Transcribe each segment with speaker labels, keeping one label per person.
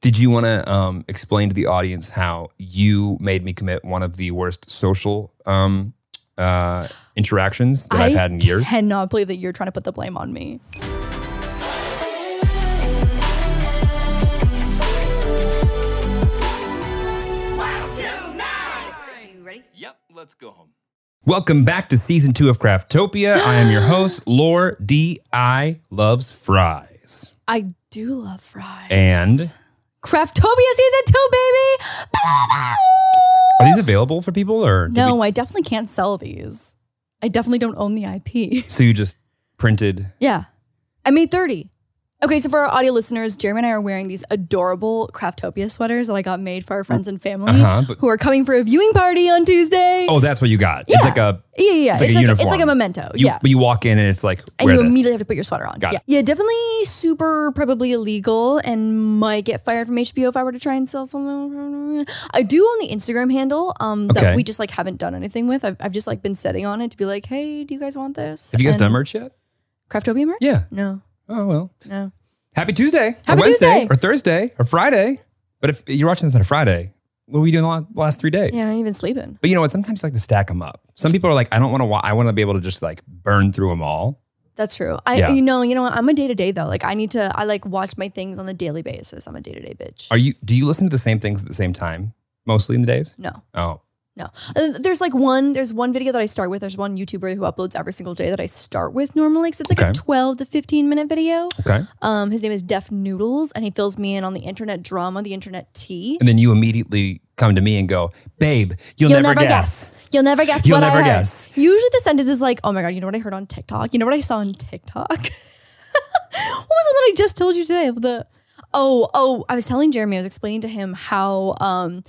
Speaker 1: Did you want to um, explain to the audience how you made me commit one of the worst social um, uh, interactions that I have had in years?
Speaker 2: cannot believe that you're trying to put the blame on me.
Speaker 3: Yep, let's go home.
Speaker 1: Welcome back to season two of Craftopia. I am your host, Lore D.I. Loves Fries.
Speaker 2: I do love fries.
Speaker 1: And
Speaker 2: Craftopia season two, baby.
Speaker 1: are these available for people or did
Speaker 2: No,
Speaker 1: we-
Speaker 2: I definitely can't sell these. I definitely don't own the IP.
Speaker 1: so you just printed
Speaker 2: Yeah. I made 30. Okay, so for our audio listeners, Jeremy and I are wearing these adorable Craftopia sweaters that I got made for our friends and family
Speaker 1: Uh-huh, but-
Speaker 2: who are coming for a viewing party on Tuesday.
Speaker 1: Oh, that's what you got. It's
Speaker 2: Yeah.
Speaker 1: like a
Speaker 2: yeah, yeah, yeah.
Speaker 1: it's like a
Speaker 2: it's like a
Speaker 1: uniform.
Speaker 2: memento.
Speaker 1: you,
Speaker 2: yeah.
Speaker 1: but you walk in and it's like
Speaker 2: and
Speaker 1: wear
Speaker 2: you
Speaker 1: this.
Speaker 2: immediately have to put your sweater on.
Speaker 1: Got
Speaker 2: yeah.
Speaker 1: it.
Speaker 2: yeah, definitely super probably illegal and might get fired from HBO if I were to try and sell something. I do own the Instagram handle um,
Speaker 1: Okay.
Speaker 2: that we just like haven't done anything with. I've, I've just like been setting on it to be like, hey, do you guys want this?
Speaker 1: have you guys
Speaker 2: And-
Speaker 1: done merch yet?
Speaker 2: Craftopia merch?
Speaker 1: Yeah.
Speaker 2: No,
Speaker 1: Oh well.
Speaker 2: no.
Speaker 1: Happy Tuesday.
Speaker 2: Happy
Speaker 1: or Wednesday
Speaker 2: Tuesday.
Speaker 1: or Thursday or Friday. But if you're watching this on a Friday, what were we doing the la- last three days?
Speaker 2: Yeah, I ain't even sleeping.
Speaker 1: But you know what? Sometimes I like to stack them up. Some people are like, I don't want to. Wa- I want to be able to just like burn through them all.
Speaker 2: That's true. I,
Speaker 1: Yeah.
Speaker 2: you know, you know, what? I'm a day to day though. Like I need to, I like watch my things on a daily basis. I'm a day to day bitch.
Speaker 1: Are you? Do you listen to the same things at the same time? Mostly in the days.
Speaker 2: no,
Speaker 1: Oh,
Speaker 2: no. Uh, there's like one, there's one video that I start with. There's one YouTuber who uploads every single day that I start with normally because it's like
Speaker 1: Okay.
Speaker 2: a 12 to 15 minute video.
Speaker 1: okay.
Speaker 2: Um, his name is Def Noodles, and he fills me in on the internet drama, the internet tea.
Speaker 1: And then you immediately come to me and go, babe, you'll, never, guess.
Speaker 2: You'll never guess.
Speaker 1: You'll
Speaker 2: what
Speaker 1: never
Speaker 2: I heard.
Speaker 1: guess.
Speaker 2: Usually the sentence is like, "Oh my god, you know what I heard on TikTok? You know what I saw on TikTok? what was the one that I just told you today? of The oh oh, I was telling Jeremy, I was explaining to him how um,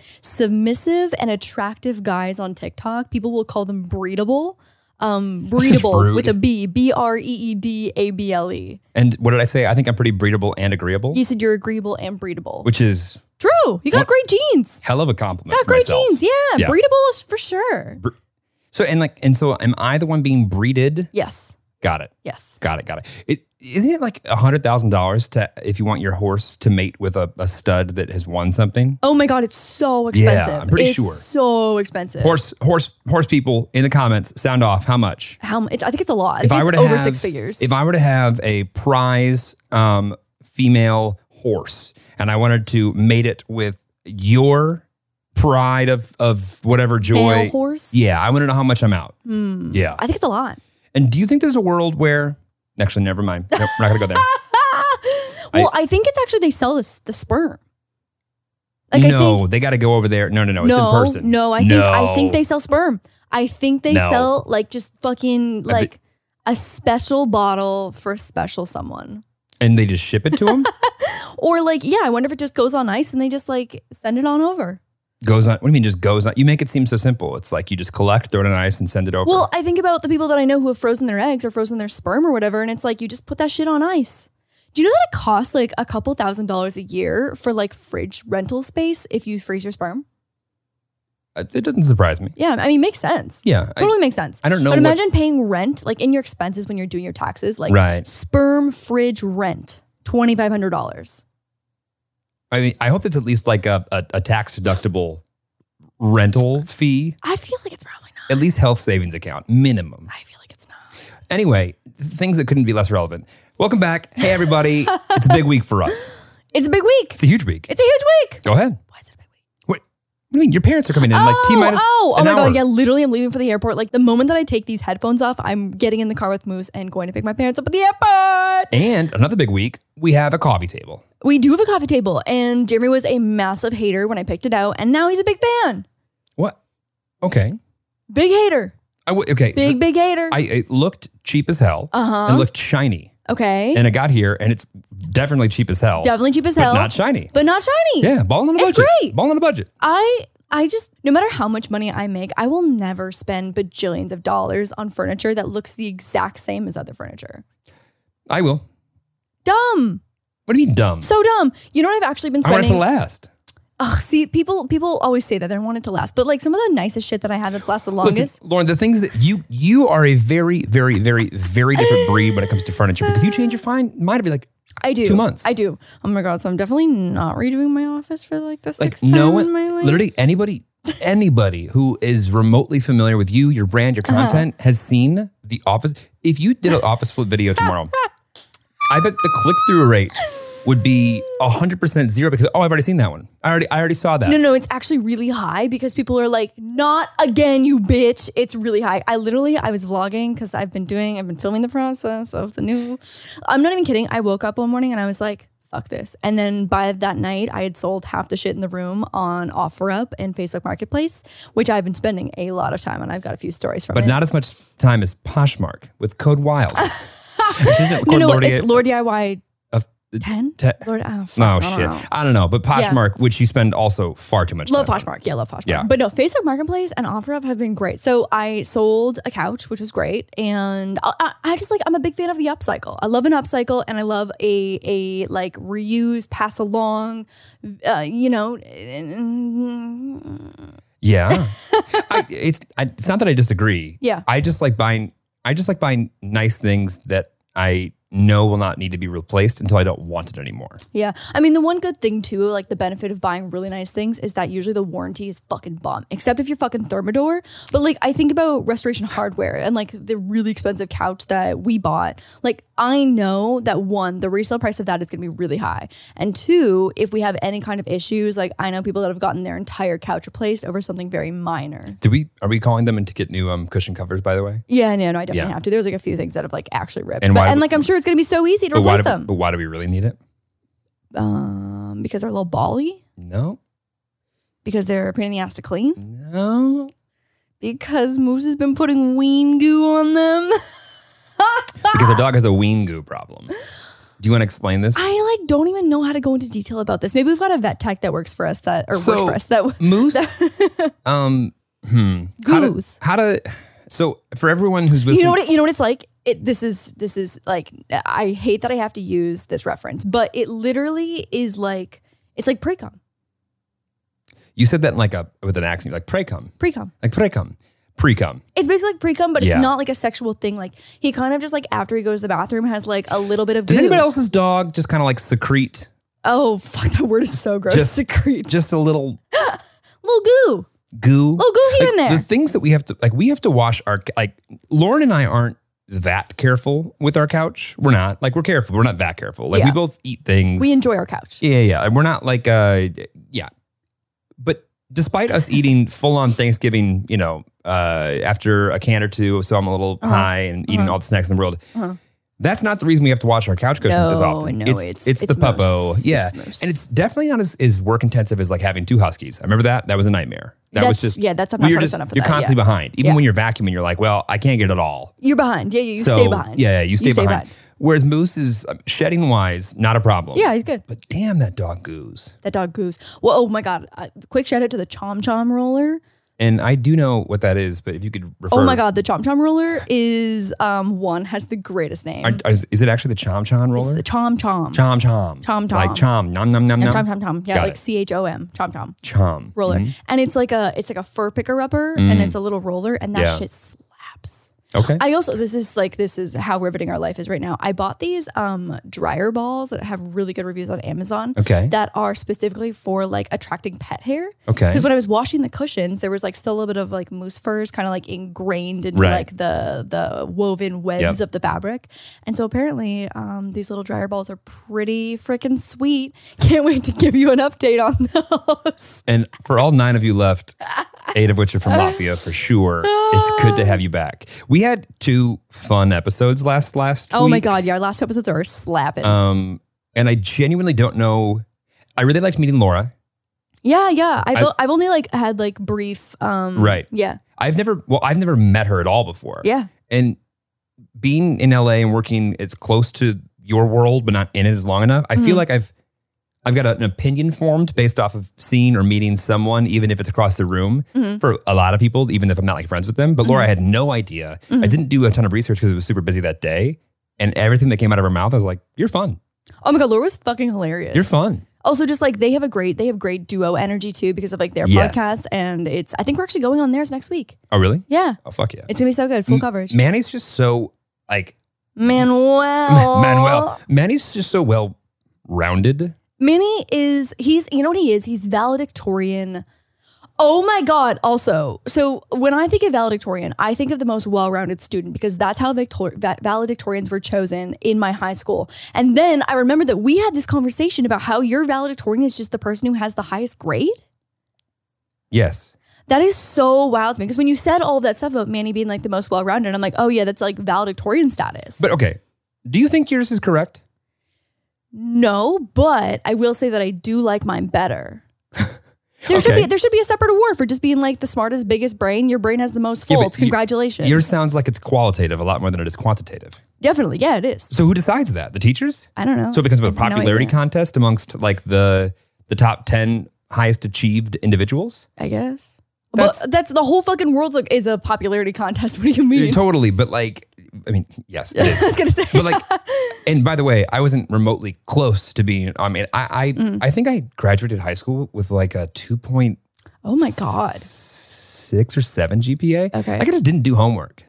Speaker 2: submissive and attractive guys on TikTok, people will call them breedable. Um, breedable
Speaker 1: Brood.
Speaker 2: with a B, B R E E D A B L E.
Speaker 1: And what did I say? I think I'm pretty breedable and agreeable,
Speaker 2: You said you're agreeable and breedable.
Speaker 1: which is
Speaker 2: True, you got
Speaker 1: What?
Speaker 2: great genes.
Speaker 1: hell of a compliment.
Speaker 2: Got
Speaker 1: for
Speaker 2: great
Speaker 1: myself.
Speaker 2: genes, yeah.
Speaker 1: Yeah.
Speaker 2: Breedable is for sure.
Speaker 1: So and like and so, am I the one being breeded?
Speaker 2: Yes,
Speaker 1: Got it.
Speaker 2: yes.
Speaker 1: Got it. Got it. it isn't it like a hundred thousand dollars to if you want your horse to mate with a, a stud that has won something?
Speaker 2: Oh my god, it's so
Speaker 1: Yeah,
Speaker 2: expensive.
Speaker 1: I'm pretty
Speaker 2: It's
Speaker 1: sure.
Speaker 2: So expensive.
Speaker 1: Horse, horse, horse people in the comments, sound off. How much?
Speaker 2: How much? I think it's a lot. I
Speaker 1: If
Speaker 2: think
Speaker 1: I
Speaker 2: it's
Speaker 1: were to
Speaker 2: over
Speaker 1: have,
Speaker 2: six figures.
Speaker 1: if I were to have a prize um, female horse, and I wanted to mate it with your pride of of whatever joy,
Speaker 2: Male horse.
Speaker 1: yeah, I want to know how much I'm out.
Speaker 2: Hmm.
Speaker 1: Yeah.
Speaker 2: I think it's a lot.
Speaker 1: And do you think there's a world where? Actually, never mind. Nope, we're not gonna go there.
Speaker 2: well, I, think it's actually they sell this the sperm. Like
Speaker 1: no,
Speaker 2: I think
Speaker 1: they got to go over there. No, no, no. It's
Speaker 2: no,
Speaker 1: in person.
Speaker 2: no, I think I
Speaker 1: No.
Speaker 2: think they sell sperm. I think they
Speaker 1: No.
Speaker 2: sell like just fucking
Speaker 1: thi-
Speaker 2: like a special bottle for a special someone.
Speaker 1: and they just ship it to them.
Speaker 2: Or like, yeah, I wonder if it just goes on ice and they just like send it on over.
Speaker 1: goes on. What do you mean? Just goes on. You make it seem so simple. It's like you just collect, throw it on ice, and send it over.
Speaker 2: Well, I think about the people that I know who have frozen their eggs or frozen their sperm or whatever, and it's like you just put that shit on ice. Do you know that it costs like a couple thousand dollars a year for like fridge rental space if you freeze your sperm?
Speaker 1: Uh, it it doesn't surprise me.
Speaker 2: Yeah, I mean, makes sense.
Speaker 1: Yeah, I-
Speaker 2: totally makes sense.
Speaker 1: I don't know
Speaker 2: But
Speaker 1: what-
Speaker 2: imagine paying rent, like in your expenses when you're doing your taxes, like
Speaker 1: Right.
Speaker 2: sperm fridge rent, twenty five hundred dollars.
Speaker 1: I mean, I hope it's at least like a, a, a tax deductible rental fee,
Speaker 2: I feel like it's probably not.
Speaker 1: at least health savings account minimum.
Speaker 2: I feel like it's not.
Speaker 1: Anyway, things that couldn't be less relevant. Welcome back. Hey, everybody. it's a big week for us.
Speaker 2: It's a big week.
Speaker 1: It's a huge week.
Speaker 2: It's a huge week.
Speaker 1: go ahead.
Speaker 2: Why is it a big week?
Speaker 1: What, what do you mean? Your parents are coming in like T minus.
Speaker 2: Oh, oh
Speaker 1: an
Speaker 2: my
Speaker 1: hour.
Speaker 2: god, yeah, literally I'm leaving for the airport. Like the moment that I take these headphones off, I'm getting in the car with Moose and going to pick my parents up at the airport.
Speaker 1: And another big week, we have a coffee table.
Speaker 2: We do have a coffee table, and Jeremy was a massive hater when I picked it out, and now he's a big fan.
Speaker 1: What? Okay.
Speaker 2: Big hater.
Speaker 1: I w- okay.
Speaker 2: Big, big hater.
Speaker 1: I it looked cheap as hell
Speaker 2: Uh-huh.
Speaker 1: and looked shiny.
Speaker 2: okay.
Speaker 1: And I got here and it's definitely cheap as hell.
Speaker 2: Definitely cheap as
Speaker 1: but
Speaker 2: hell.
Speaker 1: not shiny.
Speaker 2: but not shiny.
Speaker 1: yeah, ball on a
Speaker 2: It's
Speaker 1: budget.
Speaker 2: great.
Speaker 1: Ball on a budget.
Speaker 2: I I just no matter how much money I make, I will never spend bajillions of dollars on furniture that looks the exact same as other furniture.
Speaker 1: I will.
Speaker 2: Dumb.
Speaker 1: What do you mean dumb?
Speaker 2: So dumb. You know what I've actually been
Speaker 1: I want it
Speaker 2: spending
Speaker 1: to last.
Speaker 2: Ugh, see, people people always say that they don't want it to last, but like some of the nicest shit that I have that's lasted the longest.
Speaker 1: Listen, Lauren, the things that you you are a very, very, very, very different breed when it comes to furniture because you change your fine mind to be like,
Speaker 2: I do.
Speaker 1: Two months.
Speaker 2: I do. Oh my god. So I'm definitely not redoing my office for like the
Speaker 1: Like
Speaker 2: sixth
Speaker 1: no
Speaker 2: time
Speaker 1: one,
Speaker 2: in my life.
Speaker 1: literally anybody, anybody who is remotely familiar with you, your brand, your
Speaker 2: Uh-huh.
Speaker 1: content has seen the office. If you did an office flip video tomorrow, I bet the click through rate would be hundred percent zero because oh, I've already seen that one. I already, I already saw that.
Speaker 2: No, no, it's actually really high because people are like, not again, you bitch. It's really high. I literally, I was vlogging because I've been doing, I've been filming the process of the new. I'm not even kidding. I woke up one morning and I was like, fuck this. And then by that night, I had sold half the shit in the room on OfferUp and Facebook Marketplace, which I've been spending a lot of time on. I've got a few stories from
Speaker 1: but
Speaker 2: it.
Speaker 1: not as much time as Poshmark with code Wild. Isn't
Speaker 2: no,
Speaker 1: code
Speaker 2: no,
Speaker 1: Lordy-
Speaker 2: it's Lord DIY
Speaker 1: of-
Speaker 2: 10?
Speaker 1: Te-
Speaker 2: Lord, oh, fuck,
Speaker 1: Oh
Speaker 2: I don't
Speaker 1: shit!
Speaker 2: know.
Speaker 1: I don't know, but Poshmark, which you spend also far too much.
Speaker 2: Love
Speaker 1: time.
Speaker 2: Poshmark. Yeah, love Poshmark.
Speaker 1: Yeah.
Speaker 2: But no, Facebook Marketplace and OfferUp have been great. So I sold a couch, which was great, and I- I, I just like I'm a big fan of the upcycle. I love an upcycle, and I love a a like reuse, pass along, uh, you know.
Speaker 1: Yeah, I, it's I, it's not that I disagree.
Speaker 2: Yeah.
Speaker 1: I just like buying. I just like buying nice things that I know will not need to be replaced until I don't want it anymore.
Speaker 2: Yeah. I mean, the one good thing too, like the benefit of buying really nice things is that usually the warranty is fucking bomb, except if you're fucking Thermador. But like, I think about restoration hardware and like the really expensive couch that we bought. Like, I know that one, the resale price of that is going to be really high. And two, if we have any kind of issues, like I know people that have gotten their entire couch replaced over something very minor.
Speaker 1: Do we? Are we calling them in to get new um cushion covers? By the way,
Speaker 2: Yeah, no, no, I definitely
Speaker 1: Yeah.
Speaker 2: have to. There's like a few things that have like actually ripped.
Speaker 1: And
Speaker 2: but,
Speaker 1: why
Speaker 2: and
Speaker 1: would-
Speaker 2: like, I'm sure it's going to be so easy to
Speaker 1: but why?
Speaker 2: replace
Speaker 1: Do,
Speaker 2: them
Speaker 1: But why do we really need it?
Speaker 2: um, because they're a little bally,
Speaker 1: No,
Speaker 2: because they're a pain in the ass to clean.
Speaker 1: no.
Speaker 2: Because Moose has been putting ween goo on them.
Speaker 1: Because a dog has a ween goo problem. Do you want to explain this?
Speaker 2: I like don't even know how to go into detail about this. Maybe we've got a vet tech that works for us that or works
Speaker 1: So-
Speaker 2: for us that
Speaker 1: Moose. um. Hmm. How to-
Speaker 2: Goose.
Speaker 1: How to? so for everyone who's listening,
Speaker 2: you know what it, you know what it's like. It this is this is like I hate that I have to use this reference, but it literally is like it's like pre-com.
Speaker 1: you said that in like a with an accent, you're like precum,
Speaker 2: Pre-com.
Speaker 1: like precum, precum.
Speaker 2: It's basically like pre-cum, but it's
Speaker 1: Yeah.
Speaker 2: not like a sexual thing. Like he kind of just like after he goes to the bathroom has like a little bit of
Speaker 1: Does
Speaker 2: goo.
Speaker 1: anybody else's dog just kind of like secrete
Speaker 2: Oh fuck, that word is so gross.
Speaker 1: Just-
Speaker 2: Secrete.
Speaker 1: just a little
Speaker 2: little goo.
Speaker 1: goo?
Speaker 2: Little goo here
Speaker 1: Like,
Speaker 2: and there.
Speaker 1: The things that we have to like, we have to wash our like. Lauren and I aren't that careful with our couch. We're not like we're careful. We're not that careful. Like we
Speaker 2: Yeah.
Speaker 1: both eat things.
Speaker 2: we enjoy our couch.
Speaker 1: Yeah, yeah. yeah. We're not like uh, yeah. But despite us eating full on Thanksgiving, you know, uh, after a can or two, so I'm a little
Speaker 2: Uh-huh.
Speaker 1: high and eating
Speaker 2: Uh-huh.
Speaker 1: all the snacks in the world.
Speaker 2: Uh-huh.
Speaker 1: That's not the reason we have to wash our couch cushions as
Speaker 2: No,
Speaker 1: often.
Speaker 2: no,
Speaker 1: it's,
Speaker 2: it's-
Speaker 1: it's the
Speaker 2: it's
Speaker 1: puppo.
Speaker 2: mouse.
Speaker 1: Yeah.
Speaker 2: It's mouse.
Speaker 1: and it's definitely not as, as work intensive as like having two huskies. I remember that. That was a nightmare. That
Speaker 2: that's,
Speaker 1: was just
Speaker 2: yeah. That's I'm not
Speaker 1: you're
Speaker 2: trying to
Speaker 1: just
Speaker 2: sign up for
Speaker 1: you're
Speaker 2: that.
Speaker 1: constantly
Speaker 2: yeah.
Speaker 1: behind. Even
Speaker 2: Yeah.
Speaker 1: when you're vacuuming, you're like, well, I can't get it all.
Speaker 2: You're behind. Yeah, yeah. You
Speaker 1: So,
Speaker 2: stay behind.
Speaker 1: Yeah, yeah, you stay
Speaker 2: You stay
Speaker 1: behind.
Speaker 2: behind.
Speaker 1: Whereas Moose is um, shedding wise, not a problem.
Speaker 2: Yeah, he's good.
Speaker 1: But damn, that dog goos.
Speaker 2: That dog goose. Well, oh my god! Uh, quick shout out to the Chom Chom roller.
Speaker 1: And I do know what that is, but if you could refer.
Speaker 2: Oh my god, the Chom Chom roller is um one has the greatest name.
Speaker 1: Are- are- is, is it actually the Chom Chom
Speaker 2: it's
Speaker 1: roller?
Speaker 2: the Chom Chom.
Speaker 1: chom Chom.
Speaker 2: Chom
Speaker 1: Like Chom. Nom nom nom
Speaker 2: Yeah,
Speaker 1: nom.
Speaker 2: Chom Chom Chom. Yeah,
Speaker 1: Got
Speaker 2: like
Speaker 1: it.
Speaker 2: C H O M. Chom Chom
Speaker 1: Chom.
Speaker 2: roller.
Speaker 1: Mhm.
Speaker 2: And it's like a it's like a fur picker upper, and it's a little roller, and
Speaker 1: Mm.
Speaker 2: that
Speaker 1: Yeah.
Speaker 2: shit slaps.
Speaker 1: Okay.
Speaker 2: I also this is like this is how riveting our life is right now. I bought these um dryer balls that have really good reviews on Amazon.
Speaker 1: Okay.
Speaker 2: That are specifically for like attracting pet hair.
Speaker 1: okay.
Speaker 2: Because when I was washing the cushions, there was like still a little bit of like moose furs kind of like ingrained into
Speaker 1: Right.
Speaker 2: like the the woven webs of the fabric. And so apparently um, these little dryer balls are pretty freaking sweet. Can't wait to give you an update on those.
Speaker 1: And for all nine of you left, eight of which are from Latvia for sure, it's good to have you back. We had two fun episodes last last
Speaker 2: oh my
Speaker 1: week.
Speaker 2: god, yeah, our last two episodes are slapping.
Speaker 1: Um, and I genuinely don't know. I really liked meeting Laura.
Speaker 2: yeah, yeah. I've,
Speaker 1: I-
Speaker 2: o- I've only like had like brief um
Speaker 1: Right.
Speaker 2: Yeah.
Speaker 1: I've never, well, I've never met her at all before.
Speaker 2: Yeah.
Speaker 1: And being in LA and working as close to your world, but not in it as long enough, I feel
Speaker 2: Mhm.
Speaker 1: like I've, I've got an opinion formed based off of seeing or meeting someone, even if it's across the room
Speaker 2: Mhm.
Speaker 1: for a lot of people, even if I'm not like friends with them. But Laura, I had no idea. I
Speaker 2: Mhm.
Speaker 1: didn't do a ton of research because it was super busy that day. And everything that came out of her mouth, I was like, you're fun.
Speaker 2: Oh my god, Laura was fucking hilarious.
Speaker 1: You're fun.
Speaker 2: Also, just like they have a great they have great duo energy too because of like their
Speaker 1: Yes.
Speaker 2: podcast and it's I think we're actually going on theirs next week.
Speaker 1: Oh, really?
Speaker 2: Yeah,
Speaker 1: Oh, fuck yeah.
Speaker 2: it's gonna be so good, full
Speaker 1: M-
Speaker 2: coverage.
Speaker 1: Manny's just so like
Speaker 2: Manuel.
Speaker 1: Manuel. Manny's just so well rounded.
Speaker 2: Manny is he's you know what he is? He's valedictorian. Oh my god, also. So when I think of valedictorian, I think of the most well-rounded student because that's how victor- va- valedictorians were chosen in my high school. And then I remember that we had this conversation about how your valedictorian is just the person who has the highest grade.
Speaker 1: Yes.
Speaker 2: That is so wild to me because when you said all of that stuff about Manny being like the most well-rounded, I'm like, "Oh yeah, that's like valedictorian status."
Speaker 1: But okay. Do you think yours is correct?
Speaker 2: No, but I will say that I do like mine better. There should
Speaker 1: Okay.
Speaker 2: be there should be a separate award for just being like the smartest, biggest brain. Your brain has the most
Speaker 1: Yeah, but
Speaker 2: folds.
Speaker 1: you-
Speaker 2: Congratulations.
Speaker 1: Yours sounds like it's qualitative a lot more than it is quantitative.
Speaker 2: Definitely, yeah, it is.
Speaker 1: So who decides that? The teachers?
Speaker 2: I don't know.
Speaker 1: So it becomes a
Speaker 2: I have no
Speaker 1: popularity
Speaker 2: idea.
Speaker 1: contest amongst like the the top ten highest achieved individuals.
Speaker 2: I guess.
Speaker 1: That's-
Speaker 2: but that's the whole fucking world like, is a popularity contest. What do you mean?
Speaker 1: Totally, but like, I mean, yes, it
Speaker 2: I
Speaker 1: is.
Speaker 2: was gonna say.
Speaker 1: But like, and by the way, I wasn't remotely close to being. I mean, I I,
Speaker 2: Mm.
Speaker 1: I think I graduated high school with like a two point
Speaker 2: oh my god,
Speaker 1: six or seven GPA.
Speaker 2: Okay.
Speaker 1: I just didn't do homework.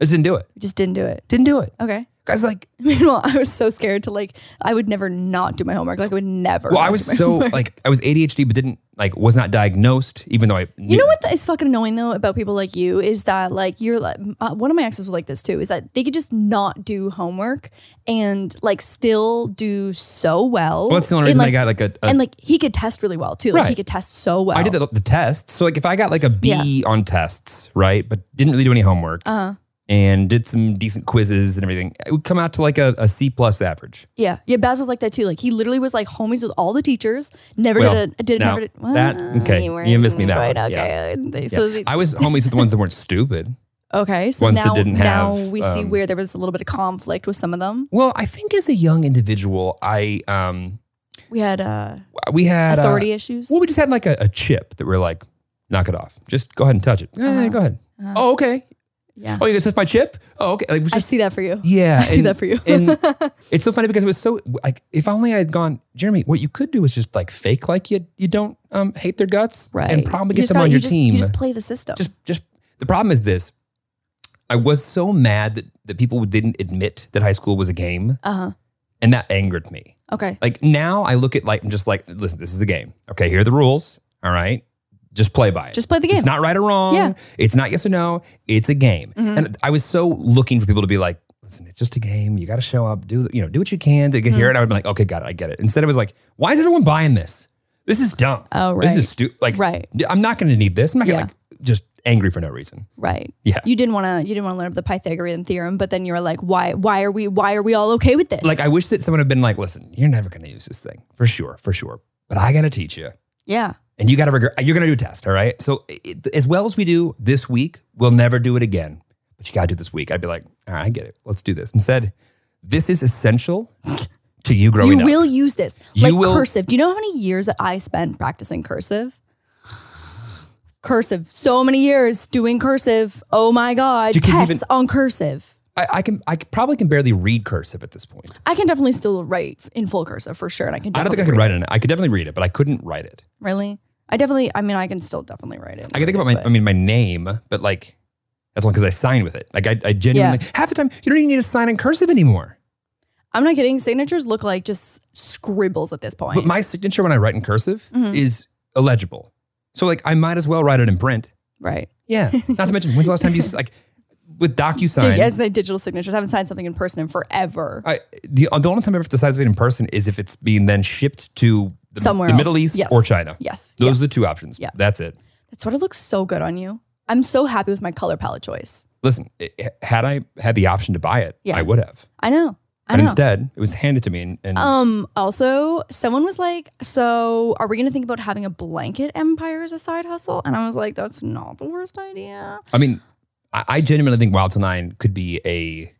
Speaker 1: I just didn't do it.
Speaker 2: we just didn't do it.
Speaker 1: Didn't do it.
Speaker 2: Okay.
Speaker 1: Guys, like,
Speaker 2: Meanwhile, I was so scared to like. I would never not do my homework. Like I would never.
Speaker 1: well, I
Speaker 2: not
Speaker 1: was
Speaker 2: do my
Speaker 1: so
Speaker 2: homework.
Speaker 1: like, I was ADHD, but didn't like, was not diagnosed, even though I. Knew.
Speaker 2: You know what is fucking annoying though about people like you is that like you're like uh, one of my exes was like this too is that they could just not do homework and like still do so well.
Speaker 1: Well, that's the only
Speaker 2: And,
Speaker 1: reason
Speaker 2: like-
Speaker 1: I got like a, a
Speaker 2: and like he could test really well too. Like he
Speaker 1: Right.
Speaker 2: could test so well.
Speaker 1: I did the, the tests. So like if I got like a B on tests, right, but didn't really do any homework
Speaker 2: Uh-huh.
Speaker 1: and did some decent quizzes and everything, it would come out to like a, a C plus average.
Speaker 2: Yeah, yeah. Baz was like that too. Like he literally was like homies with all the teachers. Never
Speaker 1: Well,
Speaker 2: did a did
Speaker 1: no,
Speaker 2: never did well,
Speaker 1: that- okay,
Speaker 2: weren't
Speaker 1: you missed me that
Speaker 2: quite
Speaker 1: one,
Speaker 2: Okay. They-
Speaker 1: Yeah.
Speaker 2: So the-
Speaker 1: I was homies with the ones that weren't stupid.
Speaker 2: okay. So
Speaker 1: ones that
Speaker 2: now
Speaker 1: didn't
Speaker 2: now
Speaker 1: have,
Speaker 2: we see
Speaker 1: um,
Speaker 2: where there was a little bit of conflict with some of them.
Speaker 1: Well, I think as a young individual, I um
Speaker 2: We had uh,
Speaker 1: we had uh,
Speaker 2: authority issues.
Speaker 1: well, we just had like a, a chip that we're like, knock it off. Just go ahead and touch it. Eh,
Speaker 2: Uh-huh.
Speaker 1: Go ahead.
Speaker 2: Uh-huh.
Speaker 1: Oh, okay.
Speaker 2: yeah,
Speaker 1: Oh, you gonna touch my chip? Oh, okay. Like, it was
Speaker 2: I
Speaker 1: just,
Speaker 2: see that for you.
Speaker 1: yeah.
Speaker 2: I see
Speaker 1: and-
Speaker 2: that for you.
Speaker 1: and- It's so funny because it was so like if only I had gone, Jeremy. What you could do is just like fake like you you don't um, hate their guts
Speaker 2: right.
Speaker 1: and probably
Speaker 2: You
Speaker 1: get
Speaker 2: just
Speaker 1: them
Speaker 2: gotta-
Speaker 1: on
Speaker 2: you
Speaker 1: your
Speaker 2: just-
Speaker 1: team.
Speaker 2: You just play the system.
Speaker 1: just just the problem is this. I was so mad that, that people didn't admit that high school was a game,
Speaker 2: uh
Speaker 1: and that angered me.
Speaker 2: huh. Okay.
Speaker 1: Like now, I look at like I'm just like, listen, this is a game. Okay, here are the rules. All right, just play by it.
Speaker 2: Just play the game.
Speaker 1: It's not right or wrong.
Speaker 2: Yeah.
Speaker 1: It's not yes or no. It's a game.
Speaker 2: Mhm.
Speaker 1: And I was so looking for people to be like, listen, it's just a game. You got to show up, do you know, do what you can to get here.
Speaker 2: Mm-hmm.
Speaker 1: And I would be like, okay, got it, I get it. Instead, I was like, why is everyone buying this? This is dumb.
Speaker 2: Oh,
Speaker 1: This
Speaker 2: right.
Speaker 1: is stupid. Like,
Speaker 2: Right.
Speaker 1: I'm not going to need this. I'm not
Speaker 2: Yeah.
Speaker 1: going to like just angry for no reason.
Speaker 2: right.
Speaker 1: Yeah.
Speaker 2: You didn't want to. You didn't want to learn the Pythagorean theorem, but then you were like, why? Why are we? Why are we all okay with this?
Speaker 1: Like, I wish that someone had been like, listen, you're never going to use this thing for sure, for sure. But I got to teach you.
Speaker 2: yeah.
Speaker 1: And you got to regret. You're going to do a test, all right? So, it, as well as we do this week, we'll never do it again. But you got to do this week. I'd be like, all right, I get it. Let's do this. Instead, this is essential to you growing
Speaker 2: you
Speaker 1: up.
Speaker 2: will use this.
Speaker 1: You
Speaker 2: like
Speaker 1: will-
Speaker 2: cursive. Do you know how many years that I spent practicing cursive? Cursive. So many years doing cursive. Oh my God.
Speaker 1: Do kids
Speaker 2: Tests
Speaker 1: even-
Speaker 2: on cursive.
Speaker 1: I, I can. I can- probably can barely read cursive at this point.
Speaker 2: I can definitely still write in full cursive for sure. And I can
Speaker 1: I don't
Speaker 2: definitely
Speaker 1: think I could write it. I could definitely read it, but I couldn't write it.
Speaker 2: Really? I definitely, I mean, I can still definitely write it.
Speaker 1: I can think about my. I mean, my name, but like that's only because I signed with it. Like I, I genuinely half the time you don't even need to sign in cursive anymore.
Speaker 2: I'm not kidding. Signatures look like just scribbles at this point.
Speaker 1: But my signature when I write in cursive
Speaker 2: Mm-hmm.
Speaker 1: is illegible. So like I might as well write it in print.
Speaker 2: right.
Speaker 1: Yeah. Not to mention, when's the last time you s- like with DocuSign?
Speaker 2: Dig- as a digital signatures, I haven't signed something in person in forever.
Speaker 1: I, the, the only time I ever have to sign something in person is if it's being then shipped to the,
Speaker 2: Somewhere
Speaker 1: the Middle
Speaker 2: else.
Speaker 1: East
Speaker 2: Yes.
Speaker 1: or China.
Speaker 2: yes.
Speaker 1: Those
Speaker 2: yes.
Speaker 1: are the two options.
Speaker 2: Yeah.
Speaker 1: That's it.
Speaker 2: That's what it looks so good on you. I'm so happy with my color palette choice.
Speaker 1: Listen, it, had I had the option to buy it,
Speaker 2: Yeah.
Speaker 1: I would have.
Speaker 2: I know. I
Speaker 1: But
Speaker 2: know.
Speaker 1: instead, it was handed to me. And, and
Speaker 2: um, also, someone was like, So, are we going to think about having a blanket empire as a side hustle? And I was like, That's not the worst idea.
Speaker 1: I mean, I, I genuinely think Wild to Nine could be a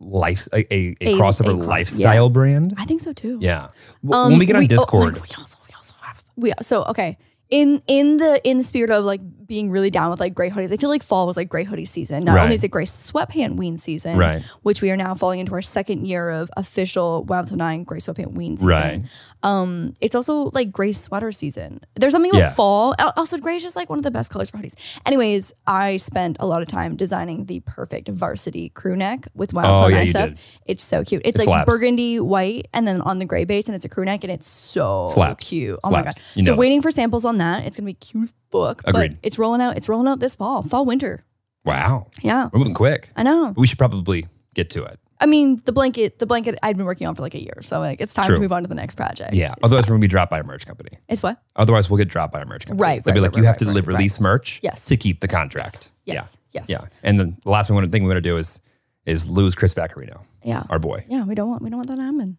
Speaker 1: life, a, a, a
Speaker 2: A-
Speaker 1: crossover
Speaker 2: a cross-
Speaker 1: lifestyle brand.
Speaker 2: I think so too.
Speaker 1: Yeah. W- when we get on
Speaker 2: oh my
Speaker 1: Discord,
Speaker 2: God, we also we also have we so okay. In in the in the spirit of like being really down with like gray hoodies, I feel like fall was like gray hoodie season. Not
Speaker 1: Right.
Speaker 2: only is it gray sweatpant ween season,
Speaker 1: Right.
Speaker 2: which we are now falling into our second year of official Wild to Nine gray sweatpant ween season.
Speaker 1: Right.
Speaker 2: Um, it's also like gray sweater season. There's something about
Speaker 1: Yeah.
Speaker 2: fall. Al- Also, gray is just like one of the best colors for hoodies. Anyways, I spent a lot of time designing the perfect varsity crew neck with wild
Speaker 1: Oh,
Speaker 2: tone
Speaker 1: yeah,
Speaker 2: eye
Speaker 1: you
Speaker 2: stuff.
Speaker 1: did.
Speaker 2: It's so cute. It's,
Speaker 1: It
Speaker 2: like
Speaker 1: slaps.
Speaker 2: burgundy white, and then on the gray base, and it's a crew neck, and it's so
Speaker 1: Slaps.
Speaker 2: cute. Oh my
Speaker 1: Slaps.
Speaker 2: god!
Speaker 1: You
Speaker 2: so
Speaker 1: know it.
Speaker 2: waiting for samples on that. It's gonna be cute as book.
Speaker 1: Agreed.
Speaker 2: But it's rolling out. It's rolling out this fall, fall winter.
Speaker 1: Wow.
Speaker 2: Yeah,
Speaker 1: We're moving quick.
Speaker 2: I know.
Speaker 1: We should probably get to it.
Speaker 2: I mean, the blanket, the blanket I'd been working on for like a year. So like it's time
Speaker 1: True.
Speaker 2: to move on to the next project.
Speaker 1: Yeah. Otherwise, we're going to be dropped by a merch company.
Speaker 2: It's what?
Speaker 1: Otherwise, we'll get dropped by a merch company.
Speaker 2: Right,
Speaker 1: They'll be
Speaker 2: right,
Speaker 1: like,
Speaker 2: right,
Speaker 1: you
Speaker 2: right,
Speaker 1: have to
Speaker 2: right,
Speaker 1: deliver
Speaker 2: right.
Speaker 1: release merch
Speaker 2: Yes.
Speaker 1: to keep the contract.
Speaker 2: Yes. Yes.
Speaker 1: Yeah. Yeah. And then the last one, thing we want to do is is lose Chris Vaccarino,
Speaker 2: Yeah.
Speaker 1: our boy.
Speaker 2: Yeah. We don't want we don't want that to happen.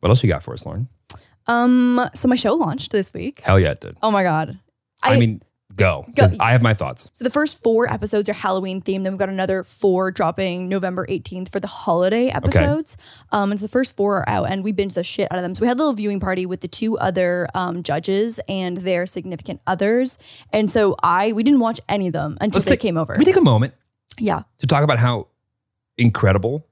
Speaker 1: What else you got for us, Lauren?
Speaker 2: Um. So my show launched this week.
Speaker 1: Hell yeah, it did.
Speaker 2: Oh my god.
Speaker 1: I, mean, go. Because I have my thoughts.
Speaker 2: So the first four episodes are Halloween themed. Then we've got another four dropping November 18th for the holiday episodes. Um, and so the first four are out and we binged the shit out of them. So we had a little viewing party with the two other um, judges and their significant others. And so I, we didn't watch any of them until
Speaker 1: Let's
Speaker 2: they
Speaker 1: take-
Speaker 2: came over.
Speaker 1: Can we take a moment
Speaker 2: yeah.
Speaker 1: to talk about how incredible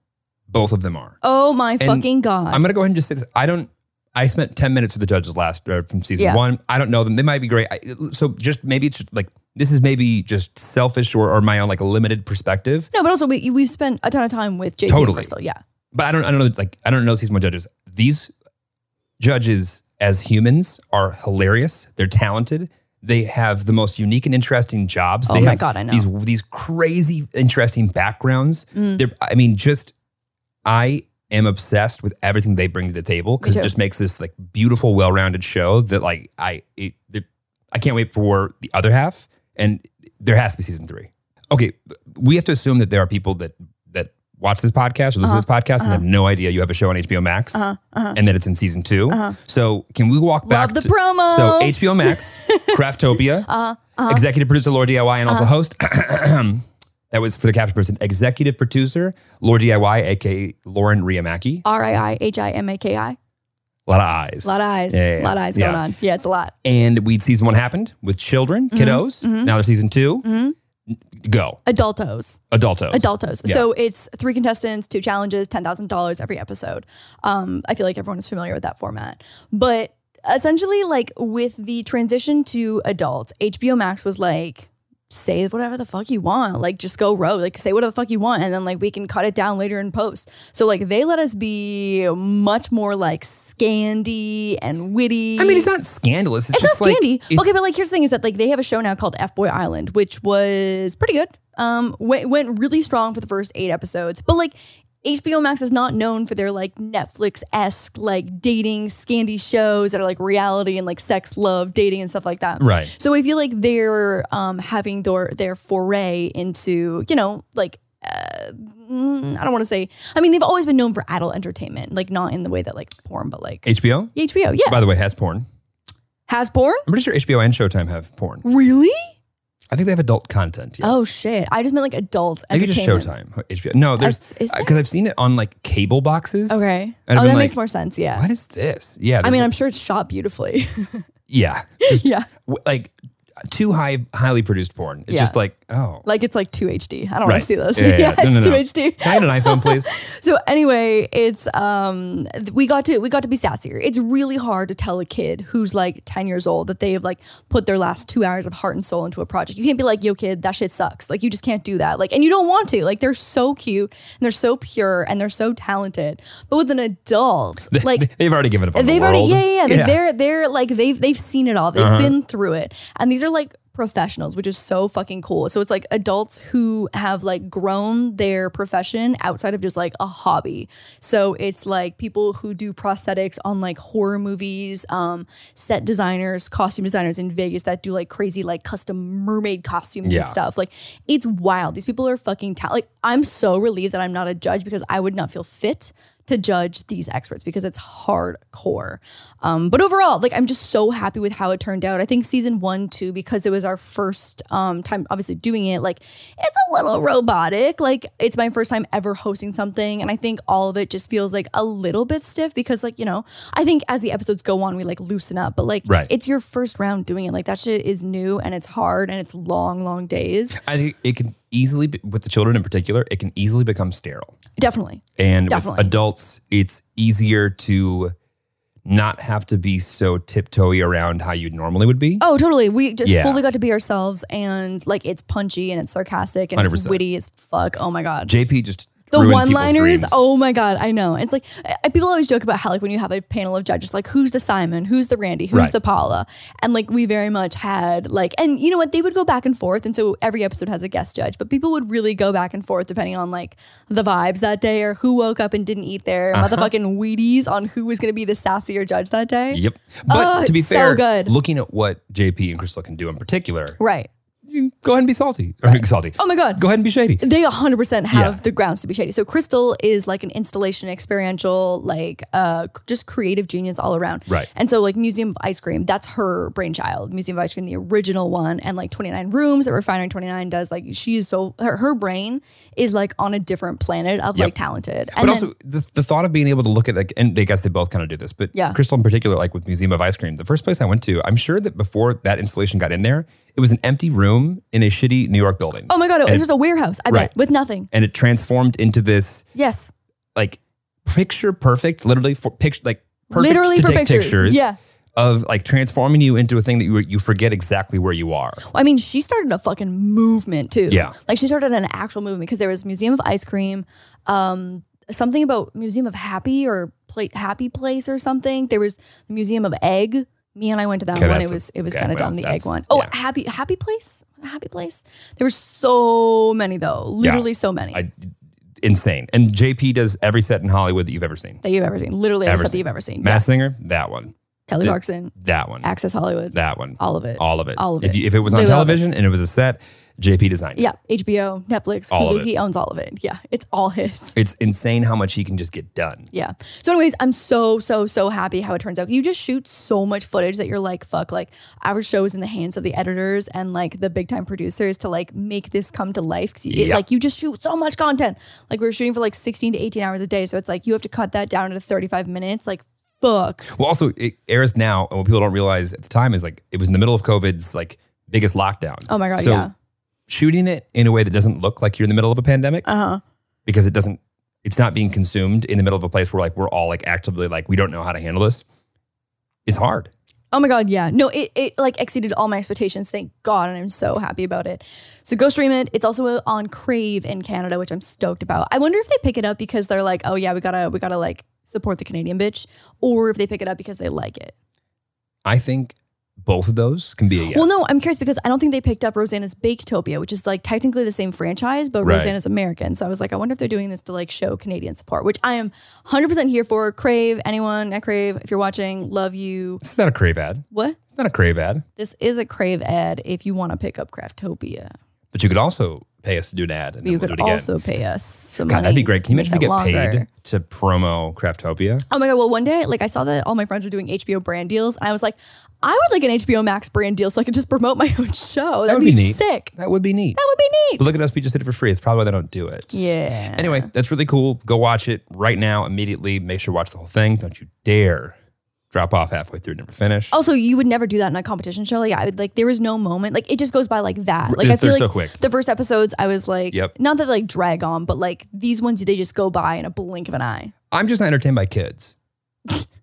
Speaker 1: both of them are?
Speaker 2: Oh my fucking God.
Speaker 1: I'm going to go ahead and just say this. I don't. I spent 10 minutes with the judges last uh, from season
Speaker 2: Yeah.
Speaker 1: one. I don't know them. They might be great. I, so just maybe it's just like this is maybe just selfish or, or my own like limited perspective.
Speaker 2: no, but also we, we've spent a ton of time with JP
Speaker 1: Totally.
Speaker 2: and Crystal. Yeah.
Speaker 1: But I don't. I don't know. Like I don't know season one judges. These judges as humans are hilarious. They're talented. They have the most unique and interesting jobs.
Speaker 2: Oh
Speaker 1: they
Speaker 2: my
Speaker 1: have
Speaker 2: God, I know.
Speaker 1: these these crazy interesting backgrounds.
Speaker 2: Mm.
Speaker 1: They're, I mean, just I am obsessed with everything they bring to the table because it
Speaker 2: too.
Speaker 1: just makes this like beautiful, well-rounded show that like I it, it- I can't wait for the other half, and there has to be season three. Okay, we have to assume that there are people that that watch this podcast or listen to
Speaker 2: Uh-huh.
Speaker 1: this podcast and have no idea you have a show on HBO Max and that it's in season 2 So can we walk back?
Speaker 2: Uh-huh. Love the Uh-huh.
Speaker 1: to-
Speaker 2: promo.
Speaker 1: So HBO Max, Craftopia, executive producer Lord DIY, and
Speaker 2: Uh-huh.
Speaker 1: also host. that was for the capture person, executive producer Lord DIY, aka Lauren Riamaki.
Speaker 2: R I I H I M A K I.
Speaker 1: A lot of eyes.
Speaker 2: A lot of eyes.
Speaker 1: Yeah, yeah,
Speaker 2: A lot of eyes going
Speaker 1: yeah.
Speaker 2: on. Yeah, it's a lot.
Speaker 1: And we season one happened with children,
Speaker 2: Mm-hmm.
Speaker 1: kiddos. Now they're season 2 Go
Speaker 2: Adultos.
Speaker 1: adultos.
Speaker 2: Mm-hmm. Adultos.
Speaker 1: Yeah.
Speaker 2: So it's three contestants, two challenges, ten thousand dollars every episode. Um, I feel like everyone is familiar with that format, but essentially, like with the transition to adults, HBO Max was like. Say whatever the fuck you want. Like, just go rogue. Like, say whatever the fuck you want. And then, like, we can cut it down later in post. So, like, they let us be much more, like, scandy and witty.
Speaker 1: I mean, it's not scandalous. It's,
Speaker 2: It's
Speaker 1: just
Speaker 2: not
Speaker 1: like,
Speaker 2: Scandi.
Speaker 1: it's-
Speaker 2: okay, but like here's the thing is that like they have a show now called F Boy Island, which was pretty good. Um, went, went really strong for the first eight episodes, but like HBO Max is not known for their like Netflix esque like dating Scandi shows that are like reality and like sex, love, dating, and stuff like that.
Speaker 1: right.
Speaker 2: So I feel like they're um, having their their foray into you know like. Uh, mm, I don't want to say. I mean, they've always been known for adult entertainment, like not in the way that like porn, but like
Speaker 1: HBO,
Speaker 2: HBO. Yeah,
Speaker 1: by the way, has porn.
Speaker 2: has porn
Speaker 1: I'm pretty sure HBO and Showtime have porn.
Speaker 2: really?
Speaker 1: I think they have adult content. Yes.
Speaker 2: Oh shit! I just meant like adults.
Speaker 1: Maybe just
Speaker 2: entertainment.
Speaker 1: Showtime, HBO. No, there's
Speaker 2: Is- is there?
Speaker 1: because I've seen it on like cable boxes.
Speaker 2: Okay.
Speaker 1: I'd have been
Speaker 2: oh, that
Speaker 1: like,
Speaker 2: makes more sense. Yeah.
Speaker 1: What is this? Yeah,
Speaker 2: I
Speaker 1: there's
Speaker 2: mean,
Speaker 1: a-
Speaker 2: I'm sure it's shot beautifully.
Speaker 1: yeah, just,
Speaker 2: yeah.
Speaker 1: w- like too high, highly produced porn. It's
Speaker 2: Yeah.
Speaker 1: just like oh,
Speaker 2: Like it's like 2HD. I don't want
Speaker 1: Right.
Speaker 2: to see this.
Speaker 1: Yeah,
Speaker 2: Yeah,
Speaker 1: yeah, yeah. No,
Speaker 2: it's
Speaker 1: no, no.
Speaker 2: 2HD.
Speaker 1: can I get an iPhone, please?
Speaker 2: So anyway, it's um th- we got to we got to be sassier. It's really hard to tell a kid who's like 10 years old that they have like put their last 2 hours of heart and soul into a project. You can't be like, "Yo kid, that shit sucks." Like you just can't do that. Like and you don't want to. Like they're so cute and they're so pure and they're so talented. But with an adult, like
Speaker 1: they've already given up. On
Speaker 2: they've
Speaker 1: the
Speaker 2: already
Speaker 1: world. Uh-huh.
Speaker 2: yeah yeah, yeah. they're they're like they've they've seen it all they've been through it and these are like professionals which is so fucking cool so it's like adults who have like grown their profession outside of just like a hobby so it's like people who do prosthetics on like horror movies um set designers costume designers in vegas that do like crazy like custom mermaid costumes
Speaker 1: Yeah.
Speaker 2: and stuff like it's wild these people are fucking talented like i'm so relieved that i'm not a judge because i would not feel fit to judge these experts because it's hardcore. Um, but overall, like I'm just so happy with how it turned out. I think season one, two, because it was our first um, time obviously doing it, like it's a little robotic. Like it's my first time ever hosting something. And I think all of it just feels like a little bit stiff because, like, you know, I think as the episodes go on, we like loosen up, but like
Speaker 1: Right.
Speaker 2: it's your first round doing it. Like that shit is new and it's hard and it's long, long days.
Speaker 1: I think it can easily, be, with the children in particular, it can easily become sterile.
Speaker 2: Definitely.
Speaker 1: And with
Speaker 2: Definitely.
Speaker 1: adults, it's easier to not have to be so tiptoey around how you normally would be.
Speaker 2: Oh, totally. We just
Speaker 1: Yeah.
Speaker 2: fully got to be ourselves, and like it's punchy and it's sarcastic and it's
Speaker 1: 100%.
Speaker 2: witty as fuck. Oh my god.
Speaker 1: JP just
Speaker 2: the
Speaker 1: ruins people's
Speaker 2: one-liners,
Speaker 1: dreams.
Speaker 2: oh my god, I know. It's like I- people always joke about how like when you have a panel of judges, like who's the Simon, who's the Randy, who's
Speaker 1: Right.
Speaker 2: the Paula, and like we very much had like, and you know what, they would go back and forth, and so every episode has a guest judge, but people would really go back and forth depending on like the vibes that day or who woke up and didn't eat their
Speaker 1: Uh-huh.
Speaker 2: motherfucking Wheaties on who was going to be the sassier judge that day.
Speaker 1: Yep. But
Speaker 2: Oh,
Speaker 1: to be
Speaker 2: it's so
Speaker 1: fair,
Speaker 2: good.
Speaker 1: looking at what JP and Crystal can do in particular,
Speaker 2: Right.
Speaker 1: you can go ahead and be salty. Or salty.
Speaker 2: Oh my god.
Speaker 1: Go ahead and be shady.
Speaker 2: they 100% have
Speaker 1: Yeah.
Speaker 2: the grounds to be shady. So Crystal is like an installation, experiential, like uh, c- just creative genius all around.
Speaker 1: Right.
Speaker 2: And so like Museum of Ice Cream, that's her brainchild. Museum of Ice Cream, the original one, and like 29 Rooms that Refinery 29 does. Like she is so her, her brain is like on a different planet of
Speaker 1: Yep.
Speaker 2: like talented.
Speaker 1: But
Speaker 2: And then-
Speaker 1: also the, the thought of being able to look at like, and I guess they both kind of do this, but
Speaker 2: Yeah.
Speaker 1: Crystal in particular, like with Museum of Ice Cream, the first place I went to, I'm sure that before that installation got in there, it was an empty room in a shitty New York building.
Speaker 2: oh my god, it was
Speaker 1: and-
Speaker 2: just a warehouse. I
Speaker 1: Right.
Speaker 2: bet with nothing.
Speaker 1: And it transformed into this
Speaker 2: Yes.
Speaker 1: like picture perfect, literally for picture, like perfect
Speaker 2: Literally
Speaker 1: to
Speaker 2: for
Speaker 1: take
Speaker 2: pictures. Yeah.
Speaker 1: Of like transforming you into a thing that you you forget exactly where you are.
Speaker 2: Well, I mean, she started a fucking movement too.
Speaker 1: Yeah.
Speaker 2: Like she started an actual movement because there was Museum of Ice Cream, um, something about Museum of Happy or Pla- Happy Place or something. There was the Museum of Egg. Me and I went to that
Speaker 1: Okay,
Speaker 2: one. It
Speaker 1: that's a-
Speaker 2: was it was
Speaker 1: okay,
Speaker 2: kind of
Speaker 1: well,
Speaker 2: dumb. The egg
Speaker 1: that's-
Speaker 2: one. Oh,
Speaker 1: yeah.
Speaker 2: happy happy place, happy place. There were so many though, literally so many
Speaker 1: I insane. And JP does every set in Hollywood that you've ever seen.
Speaker 2: that you've ever seen. Literally every
Speaker 1: Ever
Speaker 2: stuff that
Speaker 1: seen.
Speaker 2: you've ever seen.
Speaker 1: Mass Singer, that one,
Speaker 2: Kelly
Speaker 1: It-
Speaker 2: Clarkson,
Speaker 1: that one,
Speaker 2: Access Hollywood,
Speaker 1: that one,
Speaker 2: all of it.
Speaker 1: all of it,
Speaker 2: all of
Speaker 1: If,
Speaker 2: it.
Speaker 1: you, if it was on
Speaker 2: Literally all of it.
Speaker 1: television and it was a set, JP designed it.
Speaker 2: yeah, HBO, Netflix,
Speaker 1: All of
Speaker 2: Hulu,
Speaker 1: it.
Speaker 2: he owns all of it. Yeah, it's all his.
Speaker 1: It's insane how much he can just get done.
Speaker 2: Yeah. So, anyways, I'm so, so, so happy how it turns out. You just shoot so much footage that you're like, fuck, like our show is in the hands of the editors and like the big time producers to like make this come to life. 'Cause you- it-
Speaker 1: Yeah.
Speaker 2: Like you just shoot so much content. Like we were shooting for like 16 to 18 hours a day. So it's like you have to cut that down to 35 minutes. Like, fuck.
Speaker 1: Well, also it airs now, and what people don't realize at the time is like it was in the middle of COVID's like biggest lockdown.
Speaker 2: Oh my God.
Speaker 1: So
Speaker 2: yeah.
Speaker 1: shooting it in a way that doesn't look like you're in the middle of a pandemic
Speaker 2: Uh huh.
Speaker 1: because it doesn't. It's not being consumed in the middle of a place where like we're all like actively like we don't know how to handle this. Is hard.
Speaker 2: Oh my god, yeah. No, it, it like exceeded all my expectations. Thank God, and I'm so happy about it. So go stream it. It's also on Crave in Canada, which I'm stoked about. I wonder if they pick it up because they're like, "Oh yeah, we got to we got to like support the Canadian bitch," or if they pick it up because they like it.
Speaker 1: I think both of those can be a yes.
Speaker 2: Well, no, I'm curious because I don't think they picked up Rosanna's Baketopia, which is like technically the same franchise, but
Speaker 1: Right.
Speaker 2: Rosanna's American. So I was like, I wonder if they're doing this to like show Canadian support, which I am 100% here for. Crave, anyone at Crave, if you're watching, love you.
Speaker 1: It's not a crave ad.
Speaker 2: What?
Speaker 1: It's not a crave ad.
Speaker 2: This is a Crave ad if you want to pick up Craftopia.
Speaker 1: But you could also pay us to do an ad and
Speaker 2: But you
Speaker 1: then we'll
Speaker 2: could
Speaker 1: do it again.
Speaker 2: also pay us some
Speaker 1: God,
Speaker 2: money.
Speaker 1: that'd be great. Can you
Speaker 2: to
Speaker 1: imagine if we
Speaker 2: make
Speaker 1: get
Speaker 2: that
Speaker 1: paid
Speaker 2: longer.
Speaker 1: to promo Craftopia?
Speaker 2: Oh my god! Well, one day, like I saw that all my friends were doing HBO brand deals, and I was like, I would like an HBO Max brand deal so I could just promote my own show. That, would
Speaker 1: would
Speaker 2: be,
Speaker 1: be neat.
Speaker 2: sick.
Speaker 1: That would be neat.
Speaker 2: That would be neat.
Speaker 1: But look at us, we just did it for free. It's probably why they don't do it.
Speaker 2: Yeah.
Speaker 1: Anyway, that's really cool. Go watch it right now, immediately. Make sure you watch the whole thing. Don't you dare drop off halfway through and never finish.
Speaker 2: Also, you would never do that in a competition show. Like, I would like there was no moment. Like it just goes by like that. Like I
Speaker 1: They're
Speaker 2: feel like
Speaker 1: so quick.
Speaker 2: the first episodes, I was like,
Speaker 1: Yep.
Speaker 2: not that they, like drag on, but like these ones, they just go by in a blink of an eye.
Speaker 1: I'm just not entertained by kids.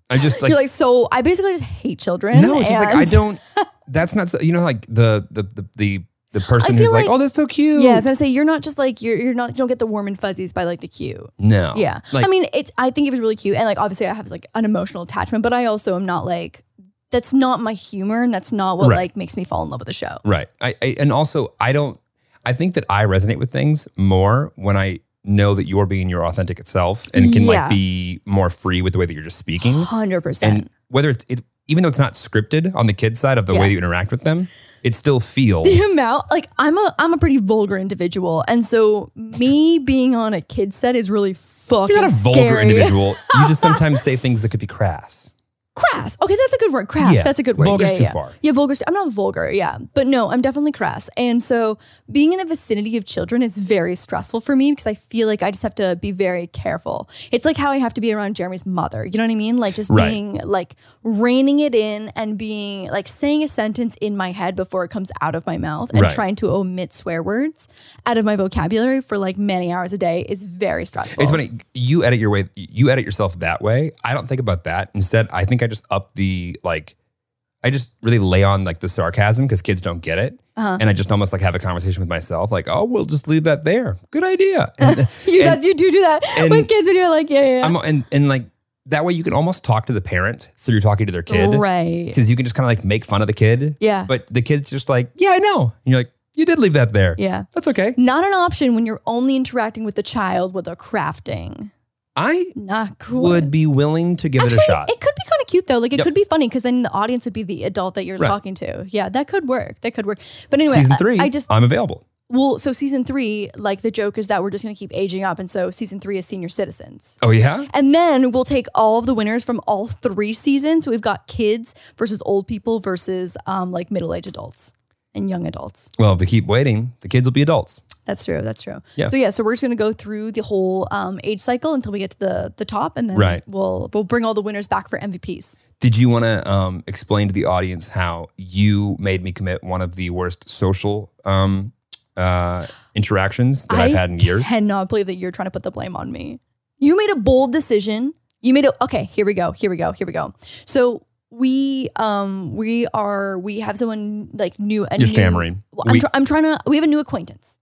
Speaker 1: I just like,
Speaker 2: You're like, so I basically just hate children.
Speaker 1: no, it's just like
Speaker 2: and-
Speaker 1: I don't. That's not so, you know like the the the the, the person
Speaker 2: feel
Speaker 1: who's like,
Speaker 2: like-
Speaker 1: oh, that's so cute.
Speaker 2: Yeah, I was gonna say you're not just like you're you're not you don't get the warm and fuzzies by like the cute.
Speaker 1: no.
Speaker 2: Yeah,
Speaker 1: Oh, Like,
Speaker 2: I mean it's I think it was really cute and like obviously I have like an emotional attachment, but I also am not like that's not my humor and that's not what
Speaker 1: Right.
Speaker 2: like makes me fall in love with the show.
Speaker 1: Right. I, I and also I don't I think that I resonate with things more when I know that you're being your authentic self and can
Speaker 2: Yeah.
Speaker 1: like be more free with the way that you're just speaking.
Speaker 2: Hundred
Speaker 1: And
Speaker 2: percent.
Speaker 1: whether it's it, even though it's not scripted on the kids side of the
Speaker 2: Yeah.
Speaker 1: way that you interact with them, it still feels.
Speaker 2: the amount like i'm a i'm a pretty vulgar individual and so me being on a kid set is really fucking
Speaker 1: You're not a vulgar
Speaker 2: scary.
Speaker 1: individual. You just sometimes say things that could be crass.
Speaker 2: crass okay that's a good word crass
Speaker 1: Yeah.
Speaker 2: that's a good word
Speaker 1: Vulgar's
Speaker 2: yeah,
Speaker 1: too
Speaker 2: yeah.
Speaker 1: far.
Speaker 2: yeah vulgar's i'm not vulgar yeah but no i'm definitely crass and so being in the vicinity of children is very stressful for me because i feel like i just have to be very careful it's like how i have to be around jeremy's mother you know what i mean like just
Speaker 1: Right.
Speaker 2: being like reining it in and being like saying a sentence in my head before it comes out of my mouth and
Speaker 1: Right.
Speaker 2: trying to omit swear words out of my vocabulary for like many hours a day is very stressful
Speaker 1: It's funny. You edit your way. You edit yourself that way. I don't think about that. Instead, I think I just up the like. I just really lay on like the sarcasm because kids don't get it,
Speaker 2: Uh-huh.
Speaker 1: and I just almost like have a conversation with myself, like, "Oh, we'll just leave that there. Good idea." And,
Speaker 2: you,
Speaker 1: and-
Speaker 2: that, you do do that
Speaker 1: and-
Speaker 2: with kids and you're like yeah yeah, yeah.
Speaker 1: I'm, and and like that way, you can almost talk to the parent through talking to their kid,
Speaker 2: right
Speaker 1: Because you can just kind of like make fun of the kid,
Speaker 2: Yeah.
Speaker 1: But the kid's just like, "Yeah, I know," and you're like, "You did leave that there.
Speaker 2: Yeah.
Speaker 1: that's okay."
Speaker 2: Not an option when you're only interacting with the child with a crafting.
Speaker 1: I
Speaker 2: Not cool.
Speaker 1: would be willing to give
Speaker 2: Actually,
Speaker 1: it a shot.
Speaker 2: it could be kind of cute though. Like it
Speaker 1: Yep.
Speaker 2: could be funny because then the audience would be the adult that you're
Speaker 1: Right.
Speaker 2: talking to. Yeah, that could work. That could work. But anyway,
Speaker 1: Season
Speaker 2: I-
Speaker 1: three,
Speaker 2: I, just
Speaker 1: I'm available.
Speaker 2: well, so season three, like the joke is that we're just gonna keep aging up, and so season three is senior citizens.
Speaker 1: Oh yeah,
Speaker 2: And then we'll take all of the winners from all three seasons. So we've got kids versus old people versus um, like middle aged adults and young adults.
Speaker 1: Well, if we keep waiting, the kids will be adults.
Speaker 2: That's true. That's true.
Speaker 1: Yeah.
Speaker 2: So yeah, so we're just gonna go through the whole um, age cycle until we get to the the top, and then
Speaker 1: Right.
Speaker 2: we'll we'll bring all the winners back for MVPs.
Speaker 1: Did you want to um, explain to the audience how you made me commit one of the worst social um, uh, interactions that I have had in years?
Speaker 2: Cannot believe that you're trying to put the blame on me. You made a bold decision. You made a okay. Here we go. Here we go. Here we go. So we um we are we have someone like new. A
Speaker 1: You're
Speaker 2: new-
Speaker 1: stammering.
Speaker 2: Well,
Speaker 1: We-
Speaker 2: I'm, tr- I'm trying to. We have a new acquaintance.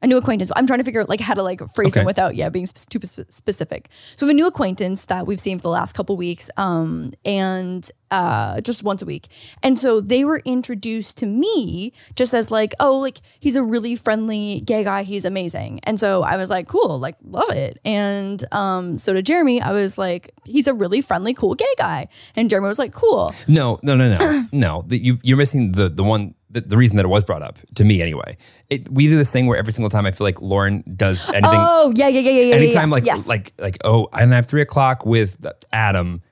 Speaker 2: A new acquaintance. I'm trying to figure out like how to like phrase
Speaker 1: Okay.
Speaker 2: them without yeah being sp- too sp- specific. So we have a new acquaintance that we've seen for the last couple weeks, um, and uh, just once a week. And so they were introduced to me just as like, oh, like he's a really friendly gay guy. He's amazing. And so I was like, cool, like love it. And um, so to Jeremy, I was like, he's a really friendly, cool gay guy. And Jeremy was like, cool.
Speaker 1: No, no, no, no, no. The, you, you're missing the the one the, the reason that it was brought up to me anyway. It, we do this thing where every single time I feel like Lauren does anything,
Speaker 2: Oh yeah, yeah, yeah, yeah, yeah. yeah,
Speaker 1: anytime
Speaker 2: yeah.
Speaker 1: like
Speaker 2: yes.
Speaker 1: like like oh, and I have three o'clock with Adam,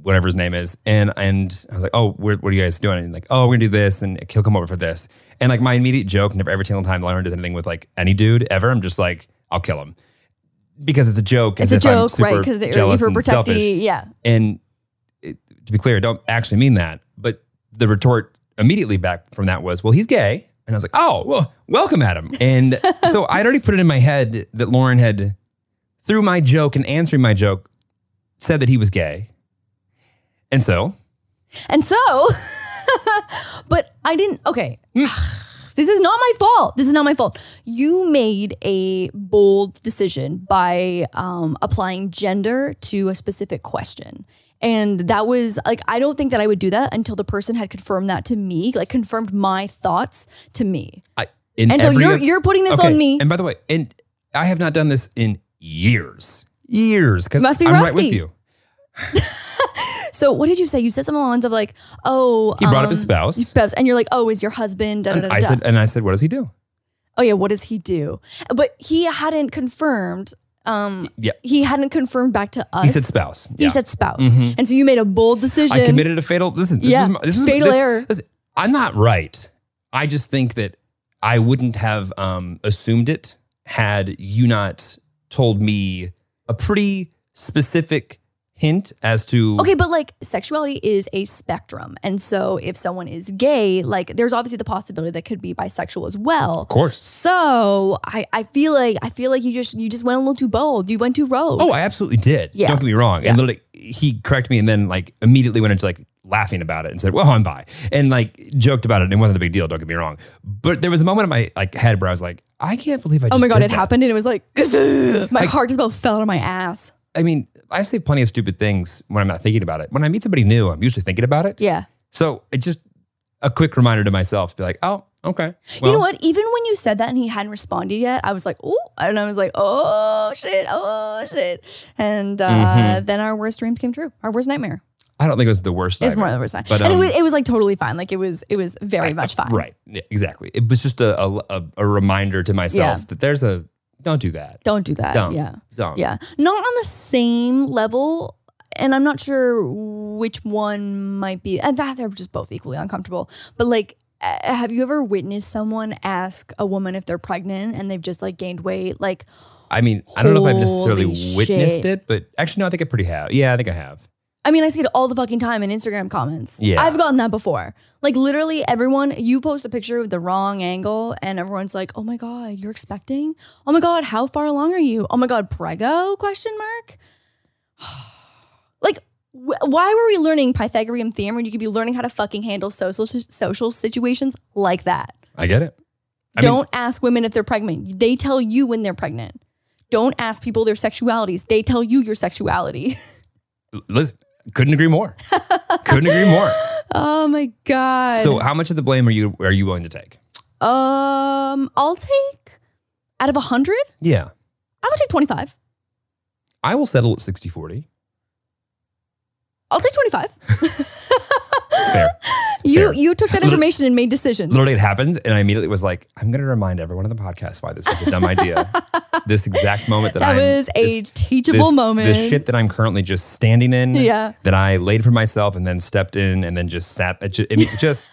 Speaker 1: whatever his name is, and and I was like, oh, we're, what are you guys doing? And like, oh, we're gonna do this, and he'll come over for this, and like my immediate joke, never every single time Lauren does anything with like any dude ever, I'm just like, I'll kill him because it's a joke.
Speaker 2: it's
Speaker 1: as
Speaker 2: a
Speaker 1: if I'm
Speaker 2: joke,
Speaker 1: super
Speaker 2: right? Because you're
Speaker 1: jealous and selfish.
Speaker 2: overprotective. Yeah.
Speaker 1: And it, to be clear, I don't actually mean that. But the retort immediately back from that was, well, he's gay. And I was like, oh, well, welcome, Adam. And so I'd already put it in my head that Lauren had, through my joke and answering my joke, said that he was gay. And so,
Speaker 2: And so, but I didn't. Okay. This is not my fault. This is not my fault. You made a bold decision by um, applying gender to a specific question. And that was like, I don't think that I would do that until the person had confirmed that to me, like confirmed my thoughts to me.
Speaker 1: I, in
Speaker 2: And so
Speaker 1: every
Speaker 2: you're,
Speaker 1: oth-
Speaker 2: you're putting this
Speaker 1: Okay,
Speaker 2: on me.
Speaker 1: And by the way, and I have not done this in years, years, because
Speaker 2: Must be
Speaker 1: I'm right
Speaker 2: rusty.
Speaker 1: with you.
Speaker 2: So what did you say? You said something along the lines of like, oh.
Speaker 1: He brought up his
Speaker 2: um,
Speaker 1: spouse.
Speaker 2: spouse. And you're like, oh, is your husband? Da, da, da,
Speaker 1: And I
Speaker 2: da.
Speaker 1: said, and I said, what does he do?
Speaker 2: oh yeah, what does he do? But he hadn't confirmed. Um,
Speaker 1: Yeah.
Speaker 2: he hadn't confirmed back to us.
Speaker 1: He said spouse.
Speaker 2: He
Speaker 1: Yeah. Mm-hmm.
Speaker 2: said spouse, and so you made a bold decision.
Speaker 1: I committed a fatal. Listen, this
Speaker 2: Yeah,
Speaker 1: was my- this was-
Speaker 2: fatal
Speaker 1: this-
Speaker 2: error.
Speaker 1: this- I'm not right. I just think that I wouldn't have um, assumed it had you not told me a pretty specific hint as to.
Speaker 2: Okay, but like sexuality is a spectrum, and so if someone is gay, like there's obviously the possibility that could be bisexual as well.
Speaker 1: Of course.
Speaker 2: So I, I feel like I feel like you just you just went a little too bold. You went too rogue.
Speaker 1: Oh, I absolutely did.
Speaker 2: Yeah.
Speaker 1: Don't get me wrong.
Speaker 2: Yeah.
Speaker 1: And literally, he corrected me and then like immediately went into like laughing about it and said, "Well, I'm bi," and like joked about it. And it wasn't a big deal. Don't get me wrong. But there was a moment in my like head where I was like, "I can't believe I." Just
Speaker 2: oh my god,
Speaker 1: did
Speaker 2: it
Speaker 1: that.
Speaker 2: happened, and it was like my heart just about fell out of my ass.
Speaker 1: I mean, I say plenty of stupid things when I'm not thinking about it. When I meet somebody new, I'm usually thinking about it.
Speaker 2: Yeah.
Speaker 1: So it just a quick reminder to myself, be like, oh, okay.
Speaker 2: you know
Speaker 1: Well,
Speaker 2: what? Even when you said that and he hadn't responded yet, I was like, oh, and I was like,
Speaker 1: Mm-hmm.
Speaker 2: oh shit, oh shit, and uh, then our worst dreams came true, our worst nightmare.
Speaker 1: I don't think it was the worst.
Speaker 2: It's
Speaker 1: I've
Speaker 2: more than
Speaker 1: ever-
Speaker 2: the worst time.
Speaker 1: But,
Speaker 2: and it
Speaker 1: um,
Speaker 2: was, it was like totally fine. Like it was, it was very much fine.
Speaker 1: Right. Yeah, exactly. It was just a a, a- a reminder to myself
Speaker 2: Yeah.
Speaker 1: that there's a don't do that.
Speaker 2: Don't do that.
Speaker 1: Don't.
Speaker 2: Yeah.
Speaker 1: Don't.
Speaker 2: Yeah. Not on the same level. And I'm not sure which one might be, and that they're just both equally uncomfortable. But like, uh, have you ever witnessed someone ask a woman if they're pregnant and they've just like gained weight? Like,
Speaker 1: I mean, I don't know if I've necessarily
Speaker 2: Holy
Speaker 1: witnessed
Speaker 2: shit.
Speaker 1: it, but actually, no, I think I pretty have. Yeah, I think I have.
Speaker 2: I mean, I see it all the fucking time in Instagram comments.
Speaker 1: Yeah.
Speaker 2: I've gotten that before. Like literally everyone, you post a picture with the wrong angle and everyone's like, oh my God, you're expecting? Oh my God, how far along are you? Oh my God, prego? Question mark. like, wh- why were we learning Pythagorean theorem when you could be learning how to fucking handle social, social situations like that?
Speaker 1: I get it. I mean-
Speaker 2: Don't ask women if they're pregnant. They tell you when they're pregnant. Don't ask people their sexualities. They tell you your sexuality.
Speaker 1: Listen, couldn't agree more. couldn't agree more.
Speaker 2: oh my God.
Speaker 1: So, how much of the blame are you are you willing to take?
Speaker 2: Um, I'll take out of 100,
Speaker 1: Yeah,
Speaker 2: I'm gonna take 25.
Speaker 1: I will settle at 60 40.
Speaker 2: I'll take 25.
Speaker 1: Fair.
Speaker 2: You
Speaker 1: Fair.
Speaker 2: you took that
Speaker 1: Little-
Speaker 2: information and made decisions.
Speaker 1: Literally, it happened, and I immediately was like, "I'm going to remind everyone on the podcast why this is a dumb idea." this exact moment that,
Speaker 2: that
Speaker 1: I'm
Speaker 2: was a
Speaker 1: just-
Speaker 2: teachable
Speaker 1: this,
Speaker 2: moment.
Speaker 1: The shit that I'm currently just standing in.
Speaker 2: Yeah.
Speaker 1: That I laid for myself and then stepped in and then just sat. It just, I mean, just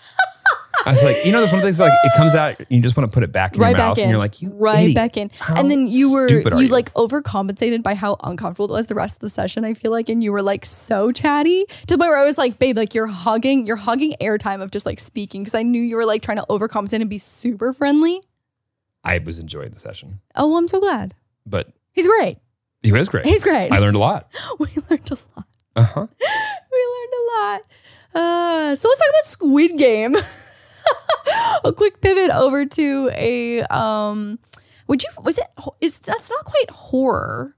Speaker 1: I was like, you know, there's one of those things where like it comes out, and you just want to put it back in
Speaker 2: right
Speaker 1: your mouth,
Speaker 2: back in.
Speaker 1: and you're like, you
Speaker 2: right
Speaker 1: idiot.
Speaker 2: back in.
Speaker 1: How
Speaker 2: and then you were you,
Speaker 1: stupid are you
Speaker 2: like overcompensated by how uncomfortable it was the rest of the session, I feel like, and you were like so chatty to the point where I was like, babe, like you're hugging, you're hugging airtime of just like speaking because I knew you were like trying to overcompensate and be super friendly.
Speaker 1: I was enjoying the session,
Speaker 2: Oh, I'm so glad.
Speaker 1: but
Speaker 2: He's great.
Speaker 1: he was great.
Speaker 2: He's great.
Speaker 1: I learned a lot.
Speaker 2: we learned a lot.
Speaker 1: Uh huh.
Speaker 2: We learned a lot. Uh, so let's talk about Squid Game. a quick pivot over to a um, would you was it ho- is that's not quite horror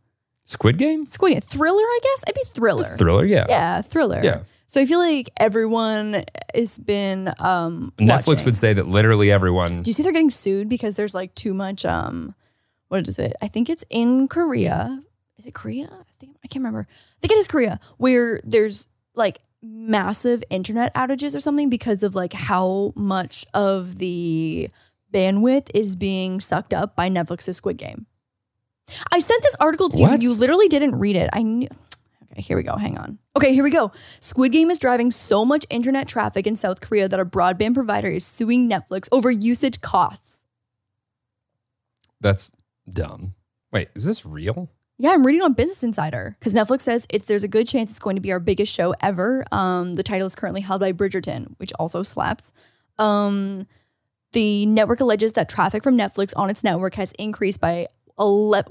Speaker 1: Squid Game.
Speaker 2: Squid Game thriller I guess it'd be thriller.
Speaker 1: It's thriller. Yeah.
Speaker 2: yeah, thriller.
Speaker 1: Yeah.
Speaker 2: So I feel like everyone has been um
Speaker 1: Netflix
Speaker 2: watching.
Speaker 1: would say that literally everyone.
Speaker 2: Do you see they're getting sued because there's like too much um what is it? I think it's in Korea. Is it Korea? I think I can't remember. I think it is Korea where there's like massive internet outages or something because of like how much of the bandwidth is being sucked up by Netflix's Squid Game. I sent this article to
Speaker 1: What?
Speaker 2: you. You literally didn't read it. I knew Okay, here we go. Hang on. Okay, here we go. Squid Game is driving so much internet traffic in South Korea that a broadband provider is suing Netflix over usage costs.
Speaker 1: That's dumb. Wait, is this real?
Speaker 2: Yeah, I'm reading on Business Insider because Netflix says it's there's a good chance it's going to be our biggest show ever. Um, the title is currently held by Bridgerton, which also slaps. Um, the network alleges that traffic from Netflix on its network has increased by ele-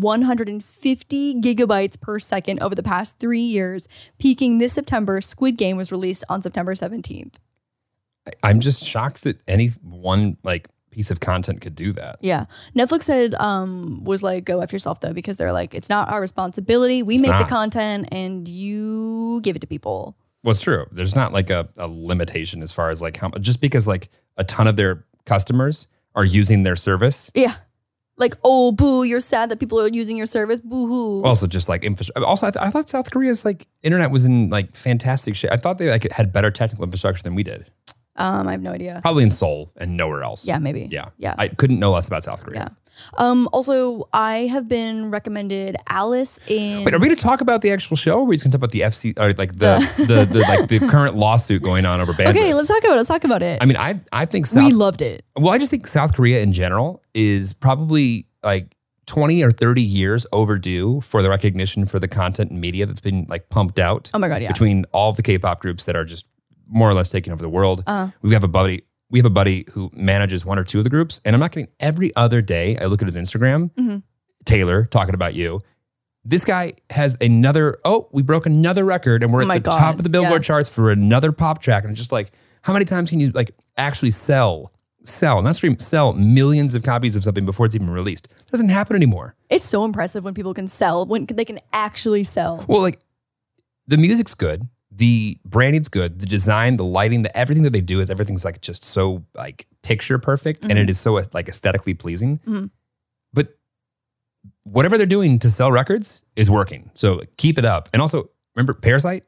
Speaker 2: 1,150 gigabytes per second over the past three years, peaking this September. Squid Game was released on September 17th.
Speaker 1: I'm just shocked that any one like piece of content could do that.
Speaker 2: Yeah. Netflix said um was like go F yourself though because they're like it's not our responsibility. We make the
Speaker 1: not.
Speaker 2: content and you give it to people.
Speaker 1: Well, it's true. There's not like a, a limitation as far as like how just because like a ton of their customers are using their service.
Speaker 2: Yeah. Like oh boo, you're sad that people are using your service. Boo hoo.
Speaker 1: Also, just like infrastructure. Also, I, th- I thought South Korea's like internet was in like fantastic shape. I thought they like had better technical infrastructure than we did.
Speaker 2: um I have no idea.
Speaker 1: Probably in Seoul and nowhere else.
Speaker 2: Yeah, maybe.
Speaker 1: Yeah.
Speaker 2: Yeah.
Speaker 1: I couldn't know less about South Korea.
Speaker 2: Yeah. um also I have been recommended Alice in
Speaker 1: Wait, are we going to talk about the actual show? Or are we just going to talk about the FC or like the the, the like the current lawsuit going on over bandwidth?
Speaker 2: Okay, let's talk about it. Let's talk about it.
Speaker 1: I mean, I I think
Speaker 2: we
Speaker 1: South.
Speaker 2: loved it.
Speaker 1: well, I just think South Korea in general is probably like twenty or thirty years overdue for the recognition for the content and media that's been like pumped out
Speaker 2: Oh my god, yeah.
Speaker 1: between all the K-pop groups that are just more or less taking over the world.
Speaker 2: Uh.
Speaker 1: We have a buddy. We have a buddy who manages one or two of the groups, and I'm not kidding. Every other day, I look at his Instagram.
Speaker 2: Mhm.
Speaker 1: Taylor talking about you. This guy has another. Oh, we broke another record, and we're
Speaker 2: Oh my
Speaker 1: at the
Speaker 2: God.
Speaker 1: top of the Billboard
Speaker 2: Yeah.
Speaker 1: charts for another pop track. And it's just like, how many times can you like actually sell, sell, not stream, sell millions of copies of something before it's even released? doesn't happen anymore.
Speaker 2: It's so impressive when people can sell when they can actually sell.
Speaker 1: Well, like the music's good, the branding's good, the design, the lighting, the everything that they do is everything's like just so like picture perfect, and it is so like aesthetically pleasing.
Speaker 2: Mhm.
Speaker 1: But whatever they're doing to sell records is working, so keep it up. And also remember, Parasite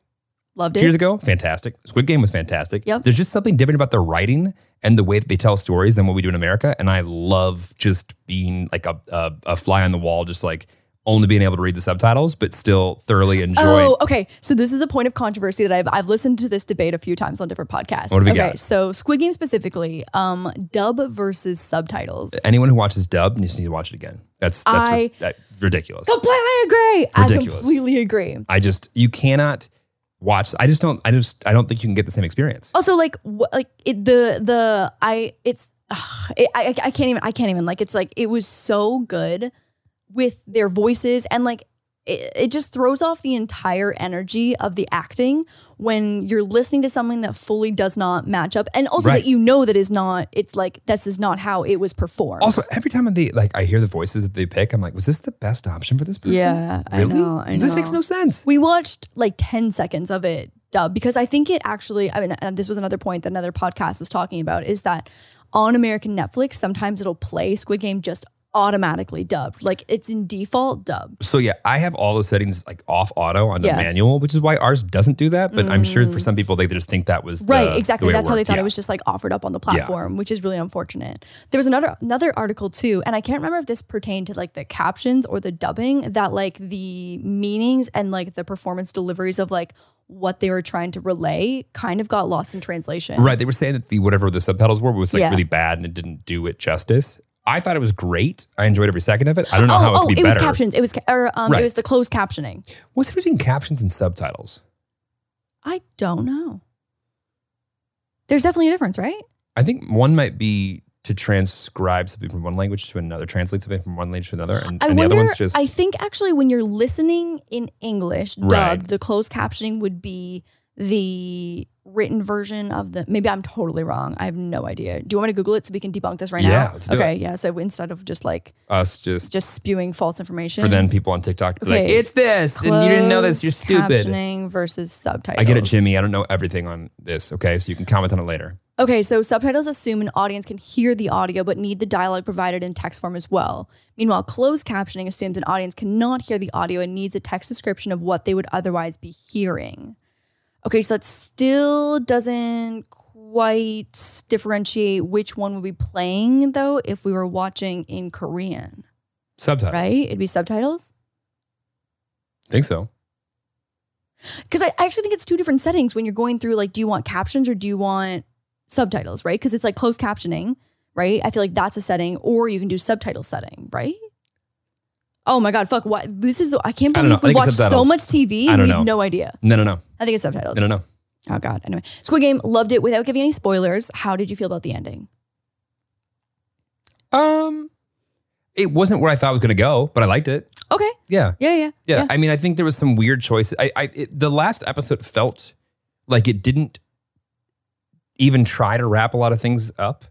Speaker 2: Loved
Speaker 1: Two years
Speaker 2: it.
Speaker 1: ago, fantastic. Squid Game was fantastic.
Speaker 2: Yep.
Speaker 1: There's just something different about the writing and the way that they tell stories than what we do in America. And I love just being like a, a, a fly on the wall, just like only being able to read the subtitles, but still thoroughly enjoy.
Speaker 2: Oh, okay. So this is a point of controversy that I've I've listened to this debate a few times on different podcasts.
Speaker 1: What have we
Speaker 2: okay,
Speaker 1: got?
Speaker 2: so Squid Game specifically, um, dub versus subtitles.
Speaker 1: Anyone who watches dub needs to watch it again. That's that's
Speaker 2: I-
Speaker 1: ri- that- ridiculous.
Speaker 2: Completely agree. I
Speaker 1: Ridiculous.
Speaker 2: completely agree.
Speaker 1: I just you cannot watch. I just don't. I just I don't think you can get the same experience.
Speaker 2: Also, like, wh- like it, the the I it's ugh, it, I I I can't even I can't even like it's like it was so good with their voices and like it, it just throws off the entire energy of the acting when you're listening to something that fully does not match up and also
Speaker 1: Right.
Speaker 2: that you know that is not it's like this is not how it was performed.
Speaker 1: Also, every time they like, I hear the voices that they pick. I'm like, was this the best option for this person?
Speaker 2: Yeah, I
Speaker 1: really?
Speaker 2: know, I
Speaker 1: This makes
Speaker 2: know.
Speaker 1: no sense.
Speaker 2: We watched like 10 seconds of it dubbed because I think it actually, I mean, and this was another point that another podcast was talking about is that on American Netflix, sometimes it'll play Squid Game just automatically dubbed. Like it's in default dubbed.
Speaker 1: So yeah, I have all the settings like off auto on the
Speaker 2: Yeah. Mm.
Speaker 1: manual, which is why ours doesn't do that. But I'm sure for some people they just think that was the-
Speaker 2: Right,
Speaker 1: the way
Speaker 2: exactly.
Speaker 1: it
Speaker 2: That's how they
Speaker 1: worked.
Speaker 2: thought
Speaker 1: Yeah.
Speaker 2: it was just like offered up on the platform, which is really unfortunate. There was another another article too, and I can't remember if this pertained to like the captions or the dubbing that like the meanings and like the performance deliveries of like what they were trying to relay kind of got lost in translation.
Speaker 1: Right. They were saying that the whatever the subtitles were was like
Speaker 2: Yeah.
Speaker 1: really bad and it didn't do it justice. I thought it was great. I enjoyed every second of it. I don't know
Speaker 2: oh,
Speaker 1: how it
Speaker 2: oh,
Speaker 1: could be
Speaker 2: it was
Speaker 1: better.
Speaker 2: captions. It was ca- or um,
Speaker 1: Right.
Speaker 2: it was the closed captioning.
Speaker 1: What's the difference between captions and subtitles?
Speaker 2: I don't know. There's definitely a difference, right?
Speaker 1: I think one might be to transcribe something from one language to another, translate something from one language to another, and,
Speaker 2: I
Speaker 1: and the
Speaker 2: wonder.
Speaker 1: other one's just
Speaker 2: I think actually, when you're listening in English dubbed,
Speaker 1: Right.
Speaker 2: the closed captioning would be the written version of the. Maybe I'm totally wrong. I have no idea. Do you want me to Google it so we can debunk this right now?
Speaker 1: Yeah, let's do
Speaker 2: okay. Yeah. So instead of just like
Speaker 1: us just,
Speaker 2: just spewing false information
Speaker 1: for then people on TikTok to be like,
Speaker 2: Okay.
Speaker 1: it's this, and you didn't know this, you're
Speaker 2: closed
Speaker 1: stupid.
Speaker 2: Captioning versus subtitles.
Speaker 1: I get it, Jimmy. I don't know everything on this. Okay. So you can comment on it later.
Speaker 2: Okay, so subtitles assume an audience can hear the audio but need the dialogue provided in text form as well. Meanwhile, closed captioning assumes an audience cannot hear the audio and needs a text description of what they would otherwise be hearing. Okay, so that still doesn't quite differentiate which one would be playing though if we were watching in Korean,
Speaker 1: Subtitles.
Speaker 2: right? It'd be subtitles.
Speaker 1: think so.
Speaker 2: Because I I actually think it's two different settings when you're going through like, do you want captions or do you want subtitles, right? Because it's like closed captioning, right? I feel like that's a setting, or you can do subtitle setting, right? Oh my god, fuck! What this is? I can't
Speaker 1: I don't know. I
Speaker 2: believe we
Speaker 1: think
Speaker 2: watch
Speaker 1: it's
Speaker 2: so
Speaker 1: subtitles.
Speaker 2: much TV
Speaker 1: I
Speaker 2: and
Speaker 1: don't
Speaker 2: we have
Speaker 1: know.
Speaker 2: no idea.
Speaker 1: No, no, no.
Speaker 2: I think it's subtitles.
Speaker 1: No, no, no.
Speaker 2: Oh god. Anyway, Squid Game loved it without giving any spoilers. How did you feel about the ending?
Speaker 1: Um, it wasn't where I thought it was going to go, but I liked it.
Speaker 2: Okay.
Speaker 1: Yeah.
Speaker 2: Yeah. Yeah.
Speaker 1: yeah. I mean, I think there was some weird choices. I, I it, the last episode felt like it didn't even try to wrap a lot of things up.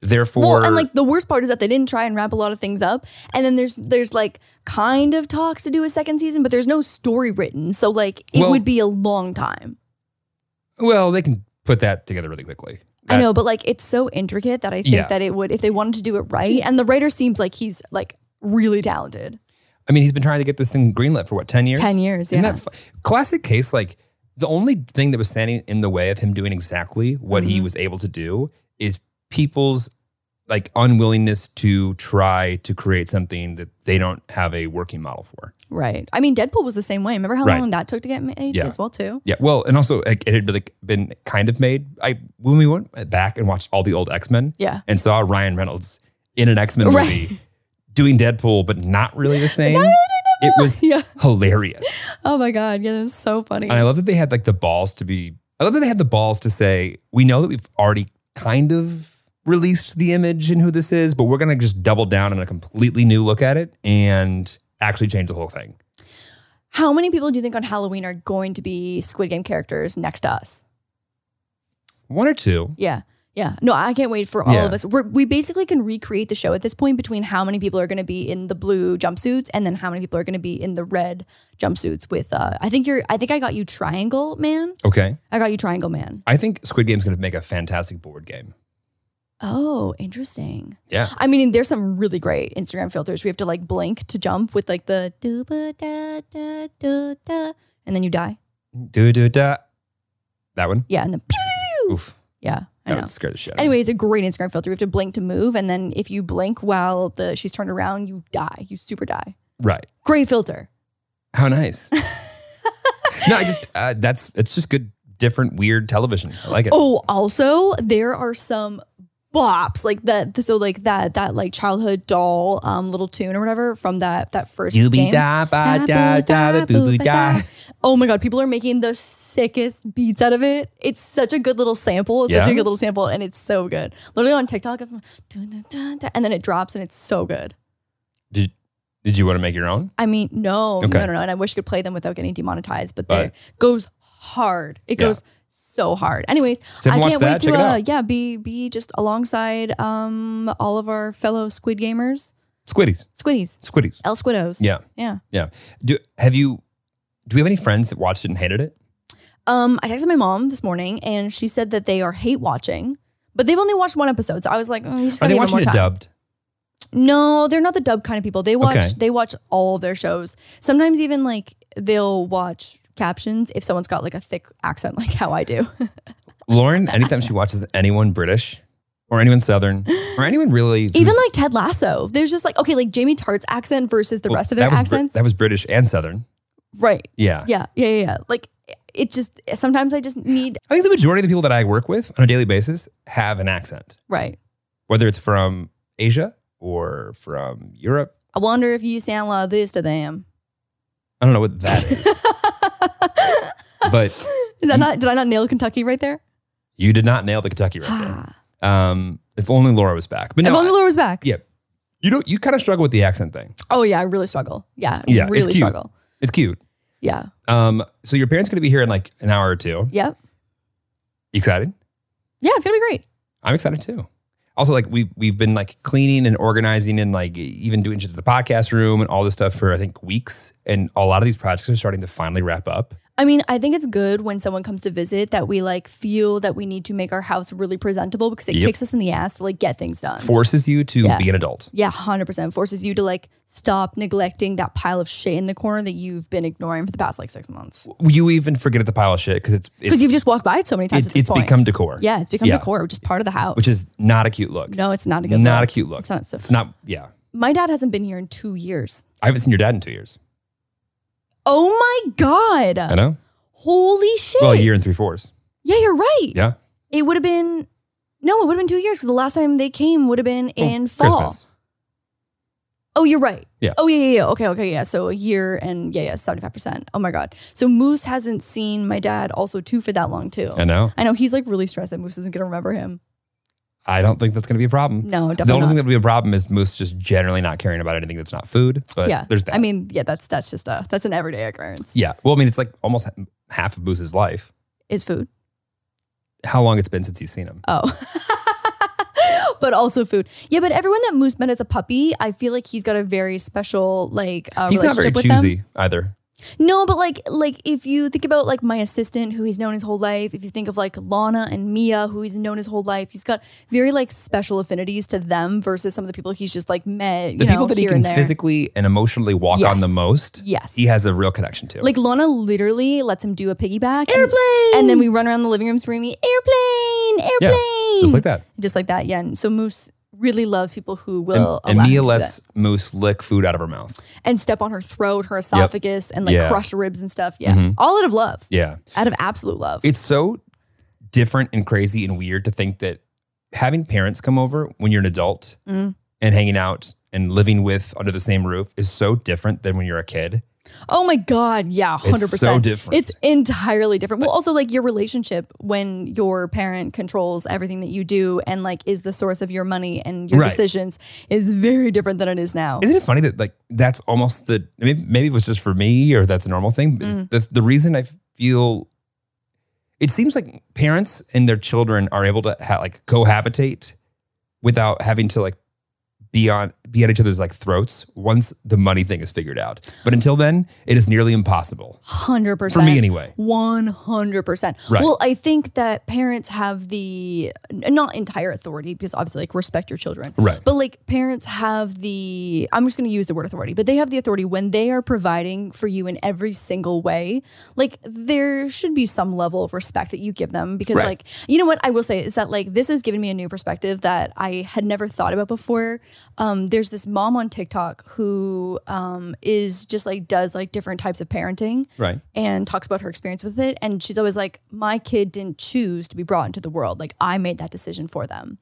Speaker 1: Therefore,
Speaker 2: Well, and like the worst part is that they didn't try and wrap a lot of things up. And then there's there's like kind of talks to do a second season, but there's no story written. So like it
Speaker 1: Well-
Speaker 2: would be a long time.
Speaker 1: well, they can put that together really quickly.
Speaker 2: I
Speaker 1: That-
Speaker 2: know, but like it's so intricate that I think
Speaker 1: Yeah.
Speaker 2: that it would if they wanted to do it right. And the writer seems like he's like really talented.
Speaker 1: I mean, he's been trying to get this thing greenlit for what ten years?
Speaker 2: 10 years,
Speaker 1: Isn't
Speaker 2: yeah.
Speaker 1: that fu- classic case, like the only thing that was standing in the way of him doing exactly what he was able to do is people's like unwillingness to try to create something that they don't have a working model for.
Speaker 2: Right. I mean, Deadpool was the same way. Remember how
Speaker 1: Right.
Speaker 2: long that took to get made
Speaker 1: Yeah.
Speaker 2: as well too?
Speaker 1: Yeah, well, and also like, it had like been kind of made. I when we went back and watched all the old X Men
Speaker 2: Yeah.
Speaker 1: and saw Ryan Reynolds in an X Men
Speaker 2: Right.
Speaker 1: movie doing Deadpool, but not really the same. it was
Speaker 2: Yeah.
Speaker 1: hilarious,
Speaker 2: Oh my god. Yeah, that's so funny.
Speaker 1: and I love that they had like the balls to be. I love that they had the balls to say, "We know that we've already kind of released the image and who this is, but we're gonna just double down on a completely new look at it and actually change the whole thing."
Speaker 2: how many people do you think on Halloween are going to be Squid Game characters next to us?
Speaker 1: One or two.
Speaker 2: Yeah. Yeah. No, I can't wait for all
Speaker 1: Yeah.
Speaker 2: of us. We're, we basically can recreate the show at this point between how many people are going to be in the blue jumpsuits and then how many people are going to be in the red jumpsuits with uh I think you're I think I got you Triangle Man.
Speaker 1: Okay,
Speaker 2: I got you Triangle Man.
Speaker 1: I think Squid Game's gonna make a fantastic board game.
Speaker 2: Oh, interesting.
Speaker 1: Yeah.
Speaker 2: I mean, there's some really great Instagram filters. We have to like blink to jump with like the doo ba da da doo da and then you die.
Speaker 1: Do do da. That one.
Speaker 2: Yeah, and then pew, pew, pew.
Speaker 1: Oof.
Speaker 2: yeah, I
Speaker 1: That
Speaker 2: know.
Speaker 1: would scare the shit. out of me.
Speaker 2: Anyway, it's a great Instagram filter. You have to blink to move, and then if you blink while the she's turned around, you die. You super die.
Speaker 1: Right.
Speaker 2: Great filter.
Speaker 1: How nice. no, I just uh, that's it's just good, different, weird television. I like it.
Speaker 2: Oh, also there are some bops like that. So like that that like childhood doll um little tune or whatever from that that first game.
Speaker 1: da ba da da ba boo boo da.
Speaker 2: Oh my god, people are making the sickest beats out of it. It's such a good little sample. It's such
Speaker 1: Yeah?
Speaker 2: a good little sample, and it's so good. Literally on TikTok, it's like, dun, dun, dun, dun, and then it drops, and it's so good.
Speaker 1: Did Did you want to make your own?
Speaker 2: I mean, no,
Speaker 1: Okay.
Speaker 2: no, no, no. And I wish I could play them without getting demonetized, but,
Speaker 1: But-
Speaker 2: they goes hard. It
Speaker 1: Yeah.
Speaker 2: goes so hard. Anyways,
Speaker 1: So
Speaker 2: I
Speaker 1: everyone
Speaker 2: can't
Speaker 1: watch
Speaker 2: wait
Speaker 1: that, check
Speaker 2: to
Speaker 1: it
Speaker 2: uh,
Speaker 1: out.
Speaker 2: yeah be be just alongside um all of our fellow Squid gamers,
Speaker 1: Squiddies,
Speaker 2: Squiddies,
Speaker 1: squiddies.
Speaker 2: El Squiddos.
Speaker 1: Yeah,
Speaker 2: yeah.
Speaker 1: yeah. Do have you? Do we have any friends that watched it and hated it?
Speaker 2: Um, I texted my mom this morning, and she said that they are hate watching, but they've only watched one episode. So I was like, oh, you just
Speaker 1: Are
Speaker 2: gotta
Speaker 1: they
Speaker 2: give them
Speaker 1: watching
Speaker 2: more
Speaker 1: it
Speaker 2: time.
Speaker 1: dubbed?
Speaker 2: No, they're not the dub kind of people. They watch
Speaker 1: Okay.
Speaker 2: they watch all of their shows. Sometimes even like they'll watch captions if someone's got like a thick accent, like how I
Speaker 1: Hmm.
Speaker 2: do.
Speaker 1: Lauren, anytime she watches anyone British or anyone Southern or anyone really, who's-
Speaker 2: even like Ted Lasso, there's just like okay, like Jamie Tart's accent versus the
Speaker 1: well,
Speaker 2: rest of their
Speaker 1: that was Br-
Speaker 2: accents.
Speaker 1: that was British and Southern.
Speaker 2: right?
Speaker 1: Yeah.
Speaker 2: Yeah, yeah, yeah, yeah. Like it just sometimes I just need
Speaker 1: I think the majority of the people that I work with on a daily basis have an accent,
Speaker 2: right.
Speaker 1: whether it's from Asia or from Europe.
Speaker 2: I wonder if you sound like this to them.
Speaker 1: I don't know what that is, but
Speaker 2: Is that not? Did I not nail Kentucky right there?
Speaker 1: you did not nail the Kentucky right
Speaker 2: Ah.
Speaker 1: there. Um, if only Laura was back. But
Speaker 2: if
Speaker 1: no,
Speaker 2: only
Speaker 1: I-
Speaker 2: Laura was back.
Speaker 1: yeah, you don't. You kind of struggle with the accent thing.
Speaker 2: Oh yeah, I really struggle. Yeah, I
Speaker 1: Yeah, it's
Speaker 2: really
Speaker 1: cute.
Speaker 2: struggle.
Speaker 1: It's cute.
Speaker 2: Yeah,
Speaker 1: Um, so your parents going to be here in like an hour or two.
Speaker 2: yeah,
Speaker 1: You excited?
Speaker 2: yeah. It's gonna be great.
Speaker 1: I'm excited too. Also, like we we've been like cleaning and organizing and like even doing shit to the podcast room and all this stuff for I think weeks. And a lot of these projects are starting to finally wrap up.
Speaker 2: I mean, I think it's good when someone comes to visit that we like feel that we need to make our house really presentable because it
Speaker 1: Yep.
Speaker 2: kicks us in the ass to like get things done.
Speaker 1: Forces you to
Speaker 2: Yeah.
Speaker 1: be an adult.
Speaker 2: yeah, 100% forces you to like stop neglecting that pile of shit in the corner that you've been ignoring for the past like six months.
Speaker 1: You even forget at the pile of shit because it's it's
Speaker 2: Because you've just walked by it so many times
Speaker 1: it-
Speaker 2: at this
Speaker 1: it's
Speaker 2: point.
Speaker 1: become decor.
Speaker 2: yeah, it's become
Speaker 1: Yeah.
Speaker 2: the core, which is part of the house.
Speaker 1: which is not a cute look.
Speaker 2: no, it's not a good
Speaker 1: not
Speaker 2: look.
Speaker 1: a cute look.
Speaker 2: It's not so
Speaker 1: It's not. Yeah,
Speaker 2: My dad hasn't been here in two years.
Speaker 1: I haven't seen your dad in two years.
Speaker 2: Oh my
Speaker 1: I
Speaker 2: God.
Speaker 1: know.
Speaker 2: Holy shit.
Speaker 1: Well, a year and three fours.
Speaker 2: Yeah, you're right.
Speaker 1: Yeah.
Speaker 2: It would have been, no, it would have been two years because the last time they came would have been in fall.
Speaker 1: Christmas.
Speaker 2: Oh, you're right.
Speaker 1: Yeah.
Speaker 2: Oh, yeah, yeah, yeah. Okay, okay, yeah. So a year and yeah, yeah, seventy five percent. Oh my god. So Moose hasn't seen my dad also too for that long too.
Speaker 1: I know.
Speaker 2: I know he's like really stressed that Moose isn't gonna remember him.
Speaker 1: I don't think that's going to be a problem.
Speaker 2: No,
Speaker 1: the only
Speaker 2: definitely
Speaker 1: thing
Speaker 2: not.
Speaker 1: that'll be a problem is Moose just generally not caring about anything that's not food. But
Speaker 2: yeah.
Speaker 1: there's that.
Speaker 2: I mean, yeah, that's that's just a that's an everyday occurrence.
Speaker 1: Yeah. Well, I mean, it's like almost h- half of Moose's life.
Speaker 2: Is food.
Speaker 1: How long it's been since he's seen him?
Speaker 2: Oh. but also food. Yeah, but everyone that Moose met as a puppy, I feel like he's got a very special like uh,
Speaker 1: he's not very
Speaker 2: relationship with them.
Speaker 1: choosy either.
Speaker 2: No, but like like if you think about like my assistant who he's known his whole life, if you think of like Lana and Mia who he's known his whole life, he's got very like special affinities to them versus some of the people he's just like met, you
Speaker 1: The
Speaker 2: know,
Speaker 1: people that he
Speaker 2: here
Speaker 1: can
Speaker 2: and there.
Speaker 1: physically and emotionally walk on the
Speaker 2: Yes.
Speaker 1: most,
Speaker 2: yes.
Speaker 1: he has a real connection to.
Speaker 2: Like Lana literally lets him do a piggyback. and-
Speaker 1: airplane,
Speaker 2: And, then we run around the living room screaming, airplane,
Speaker 1: yeah,
Speaker 2: airplane.
Speaker 1: just like that.
Speaker 2: Just like that, yeah. And so Moose really loves people who
Speaker 1: And,
Speaker 2: will
Speaker 1: and
Speaker 2: allow him
Speaker 1: Mia
Speaker 2: to do
Speaker 1: lets Moose lick food out of her mouth.
Speaker 2: that. and step on her throat, her esophagus, and like
Speaker 1: Yeah.
Speaker 2: crush ribs and stuff. Yeah.
Speaker 1: Mhm.
Speaker 2: All out of love.
Speaker 1: Yeah,
Speaker 2: Out of absolute love.
Speaker 1: it's so different and crazy and weird to think that having parents come over when you're an adult
Speaker 2: Mm.
Speaker 1: and hanging out and living with under the same roof is so different than when you're a kid.
Speaker 2: Oh my God. Yeah. 100%.
Speaker 1: It's so different.
Speaker 2: It's entirely different. Well, also, like your relationship when your parent controls everything that you do and like is the source of your money and your
Speaker 1: Right.
Speaker 2: decisions is very different than it is now.
Speaker 1: Isn't it funny that like that's almost the maybe, maybe it was just for me or that's a normal thing. But
Speaker 2: Mm.
Speaker 1: the the reason I feel it seems like parents and their children are able to ha- like cohabitate without having to like be on be at each other's like throats once the money thing is figured out. But until then, it is nearly impossible.
Speaker 2: Hundred percent
Speaker 1: For me anyway.
Speaker 2: One hundred percent.
Speaker 1: Right.
Speaker 2: Well, I think that parents have the n- not entire authority because obviously, like, respect your children.
Speaker 1: Right.
Speaker 2: But like, parents have the. I'm just going to use the word authority, but they have the authority when they are providing for you in every single way. Like, there should be some level of respect that you give them because,
Speaker 1: Right.
Speaker 2: like, you know what I will say is that like this has given me a new perspective that I had never thought about before. Um, there's this mom on TikTok who um, is just like does like different types of parenting
Speaker 1: Right.
Speaker 2: and talks about her experience with it. And she's always like, My kid didn't choose to be brought into the world. Like, I made that decision for them,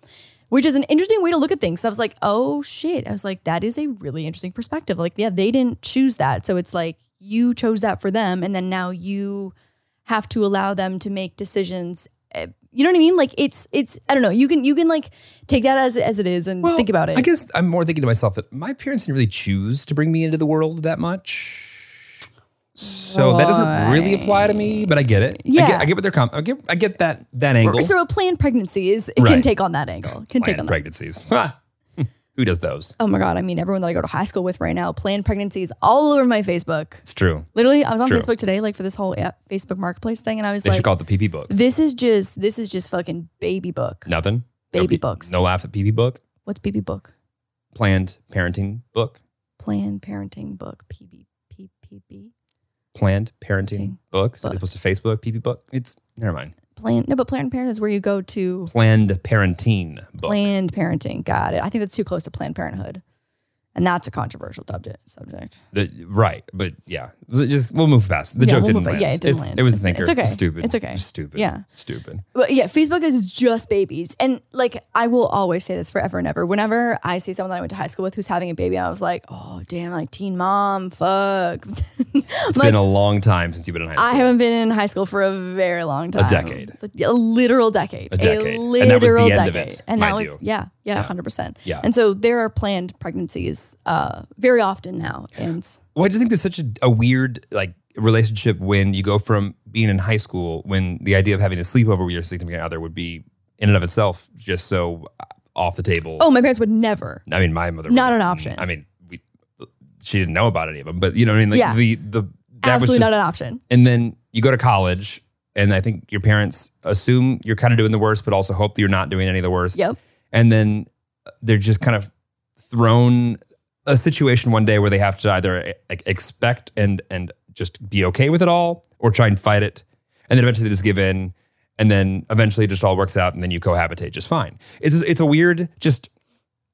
Speaker 2: which is an interesting way to look at things. So I was like, Oh shit. I was like, That is a really interesting perspective. Like, yeah, they didn't choose that. So it's like, you chose that for them. And then now you have to allow them to make decisions. Eh, You know what I mean? Like it's it's I don't know. You can you can like take that as as it is and think about it.
Speaker 1: I guess I'm more thinking to myself that my parents didn't really choose to bring me into the world that much. So that doesn't really apply to me, but I get it. I
Speaker 2: Yeah.
Speaker 1: get, I get what they're com- I get I get that that angle.
Speaker 2: so a planned pregnancy is it can
Speaker 1: Right.
Speaker 2: take on that angle. Can take on
Speaker 1: Planned
Speaker 2: that.
Speaker 1: pregnancies. Ha! Who does those?
Speaker 2: oh my god, I mean everyone that I go to high school with right now, planned pregnancies all over my Facebook.
Speaker 1: It's true.
Speaker 2: Literally, I was on
Speaker 1: true.
Speaker 2: Facebook today, like for this whole yeah, Facebook Marketplace thing, and I was
Speaker 1: They
Speaker 2: like,
Speaker 1: should call it the PP book.
Speaker 2: "This is just this is just fucking baby book.
Speaker 1: Nothing. no
Speaker 2: Baby
Speaker 1: P-
Speaker 2: books.
Speaker 1: No laugh at PP book.
Speaker 2: What's baby book?
Speaker 1: Planned parenting book.
Speaker 2: Planned parenting book. PB PPB.
Speaker 1: Planned parenting
Speaker 2: Okay.
Speaker 1: book. So as
Speaker 2: Book.
Speaker 1: opposed to Facebook PP book. It's never mind.
Speaker 2: Planned. No, but planned parenting is where you go to
Speaker 1: Planned parenting book.
Speaker 2: planned parenting. Got it. I think that's too close to Planned Parenthood, and that's a controversial subject. Subject.
Speaker 1: The- right, but yeah, just we'll move past. The
Speaker 2: Yeah,
Speaker 1: joke
Speaker 2: we'll
Speaker 1: didn't
Speaker 2: move-
Speaker 1: land.
Speaker 2: yeah, it didn't
Speaker 1: It's-
Speaker 2: land.
Speaker 1: It was a
Speaker 2: It's-
Speaker 1: thinker.
Speaker 2: it's okay.
Speaker 1: Stupid.
Speaker 2: It's okay.
Speaker 1: Stupid.
Speaker 2: Yeah.
Speaker 1: Stupid.
Speaker 2: But yeah, Facebook is just babies. And like, I will always say this forever and ever. Whenever I see someone that I went to high school with who's having a baby, I was like, oh, damn, like teen mom, fuck.
Speaker 1: It's
Speaker 2: Like,
Speaker 1: been a long time since you've been in high school.
Speaker 2: I haven't been in high school for a very long time.
Speaker 1: decade.
Speaker 2: A literal decade.
Speaker 1: A decade. And
Speaker 2: literal
Speaker 1: that was the end of
Speaker 2: decade.
Speaker 1: it,
Speaker 2: And that
Speaker 1: mind
Speaker 2: was,
Speaker 1: you.
Speaker 2: yeah, yeah, 100%.
Speaker 1: Yeah.
Speaker 2: And so there are planned pregnancies uh, very often now. And
Speaker 1: Well, I just think there's such a, a weird like relationship when you go from being in high school when the idea of having a sleepover with your significant other would be in and of itself just so uh, off the table.
Speaker 2: oh, my parents would never.
Speaker 1: I mean, my mother
Speaker 2: Not an option.
Speaker 1: I mean, we, she didn't know about any of them, but you know what I mean. Like
Speaker 2: Yeah.
Speaker 1: the the that was
Speaker 2: Absolutely
Speaker 1: just
Speaker 2: not an option.
Speaker 1: and then you go to college and i think your parents assume you're kind of doing the worst but also hope that you're not doing any of the worst
Speaker 2: Yep.
Speaker 1: and then uh, they're just kind of thrown a situation one day where they have to either eh, like expect and and just be okay with it all or try and fight it and then eventually they just give in and then eventually it just all works out and then you cohabitate just fine it's it's a weird just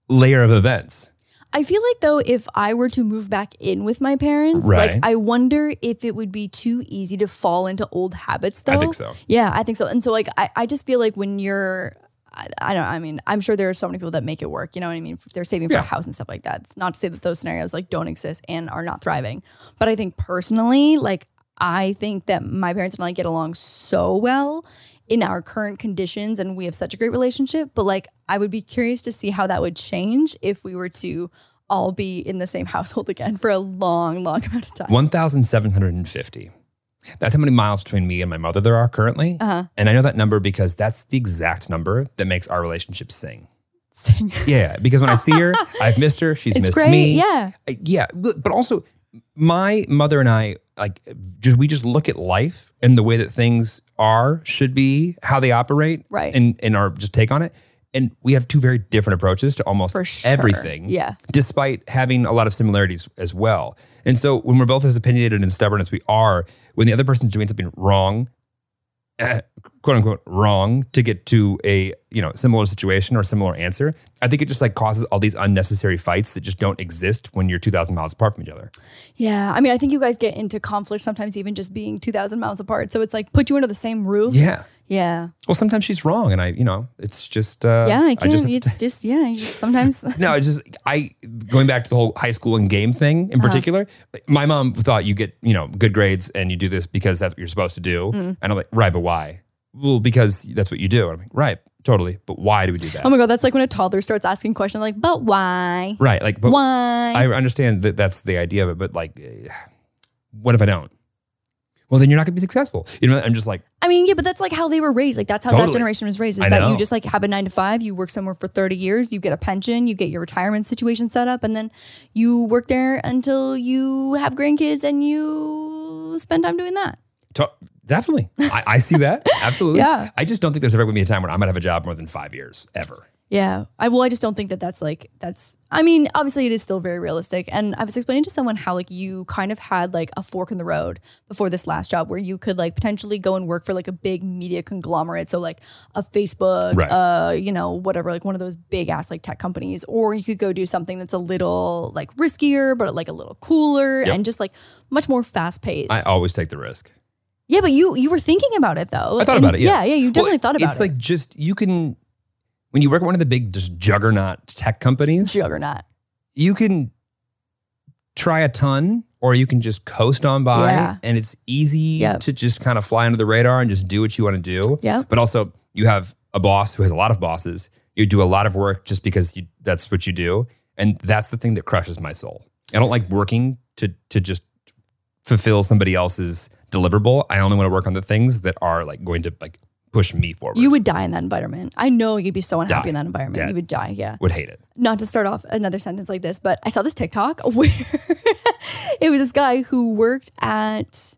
Speaker 1: layer of events
Speaker 2: I feel like though, if I were to move back in with my parents,
Speaker 1: Right.
Speaker 2: like I wonder if it would be too easy to fall into old habits. Though
Speaker 1: I think so.
Speaker 2: Yeah, I think so. And so like I, I just feel like when you're, I, I don't. I mean, I'm sure there are so many people that make it work. You know what I mean? They're saving for
Speaker 1: Yeah.
Speaker 2: a house and stuff like that. It's not to say that those scenarios like don't exist and are not thriving, but I think personally, like I think that my parents and I get along so well in our current conditions and we have such a great relationship but like i would be curious to see how that would change if we were to all be in the same household again for a long long amount of time
Speaker 1: 1750 that's how many miles between me and my mother there are currently
Speaker 2: uh-huh
Speaker 1: And I know that number because that's the exact number that makes our relationship sing.
Speaker 2: Sing.
Speaker 1: Yeah, because when I see her, I've missed her. She's
Speaker 2: it's
Speaker 1: missed
Speaker 2: great
Speaker 1: me.
Speaker 2: yeah
Speaker 1: Uh, yeah. But but also, my mother and I like just we just look at life and the way that things are, should be, how they operate,
Speaker 2: Right.
Speaker 1: and and our just take on it. And we have two very different approaches to almost
Speaker 2: for sure
Speaker 1: everything
Speaker 2: yeah
Speaker 1: despite having a lot of similarities as well. And so when we're both as opinionated and stubborn as we are, when the other person's doing something wrong, eh, quote unquote wrong to get to a you know similar situation or similar answer, I think it just like causes all these unnecessary fights that just don't exist when you're two thousand miles apart from each other.
Speaker 2: yeah i mean i think you guys get into conflict sometimes even just being 2000 miles apart so it's like put you under the same roof
Speaker 1: Yeah.
Speaker 2: yeah
Speaker 1: Well, sometimes she's wrong, and I you know it's just uh,
Speaker 2: yeah i can't
Speaker 1: just have to
Speaker 2: it's just yeah you just sometimes Oh
Speaker 1: No, I just I going back to the whole high school and game thing
Speaker 2: Uh-huh.
Speaker 1: in particular. My mom thought you get you know good grades and you do this because that's what you're supposed to do.
Speaker 2: Mm-hmm.
Speaker 1: And I'm like, right, but why? Well, because that's what you do. And I'm like, right, totally. But why do we do that?
Speaker 2: oh my god that's like when a toddler starts asking questions like but why
Speaker 1: right, like, but
Speaker 2: why
Speaker 1: I understand that that's the idea of it. But like, eh, what if I don't? well, then you're not going to be successful. You know, I'm just like,
Speaker 2: I mean, yeah, but that's like how they were raised. Like that's how that
Speaker 1: Totally.
Speaker 2: generation was raised. Is
Speaker 1: I
Speaker 2: that
Speaker 1: know.
Speaker 2: you just like have a nine to five, you work somewhere for 30 years, you get a pension, you get your retirement situation set up, and then you work there until you have grandkids and you spend time doing that.
Speaker 1: to- definitely. I, I see that. Absolutely.
Speaker 2: Yeah.
Speaker 1: I just don't think there's ever going to be a time when I'm going to have a job more than five years ever.
Speaker 2: Yeah. I well, I just don't think that that's like that's. I mean, obviously, it is still very realistic. And I was explaining to someone how like you kind of had like a fork in the road before this last job, where you could like potentially go and work for like a big media conglomerate, so like a Facebook,
Speaker 1: Right.
Speaker 2: uh, you know, whatever, like one of those big ass like tech companies, or you could go do something that's a little like riskier, but like a little cooler
Speaker 1: Yep.
Speaker 2: and just like much more fast paced.
Speaker 1: I always take the risk.
Speaker 2: Yeah, but you you were thinking about it though.
Speaker 1: I thought
Speaker 2: And-
Speaker 1: about it. Yeah,
Speaker 2: yeah, you
Speaker 1: Well,
Speaker 2: definitely thought about
Speaker 1: It's
Speaker 2: it.
Speaker 1: like just you can when you work at one of the big just juggernaut tech companies,
Speaker 2: juggernaut.
Speaker 1: you can try a ton or you can just coast on by
Speaker 2: Yeah.
Speaker 1: and it's easy
Speaker 2: Yep.
Speaker 1: to just kind of fly under the radar and just do what you want to do.
Speaker 2: Yeah.
Speaker 1: But also you have a boss who has a lot of bosses. You do a lot of work just because you, that's what you do. And that's the thing that crushes my soul. I don't like working to to just fulfill somebody else's deliverable. I only want to work on the things that are like going to like push me forward.
Speaker 2: You would die in that environment. I know you'd be so unhappy
Speaker 1: Die.
Speaker 2: in that environment.
Speaker 1: Dead.
Speaker 2: You would die. Yeah.
Speaker 1: would hate it.
Speaker 2: Not to start off another sentence like this, but I saw this TikTok where it was this guy who worked at,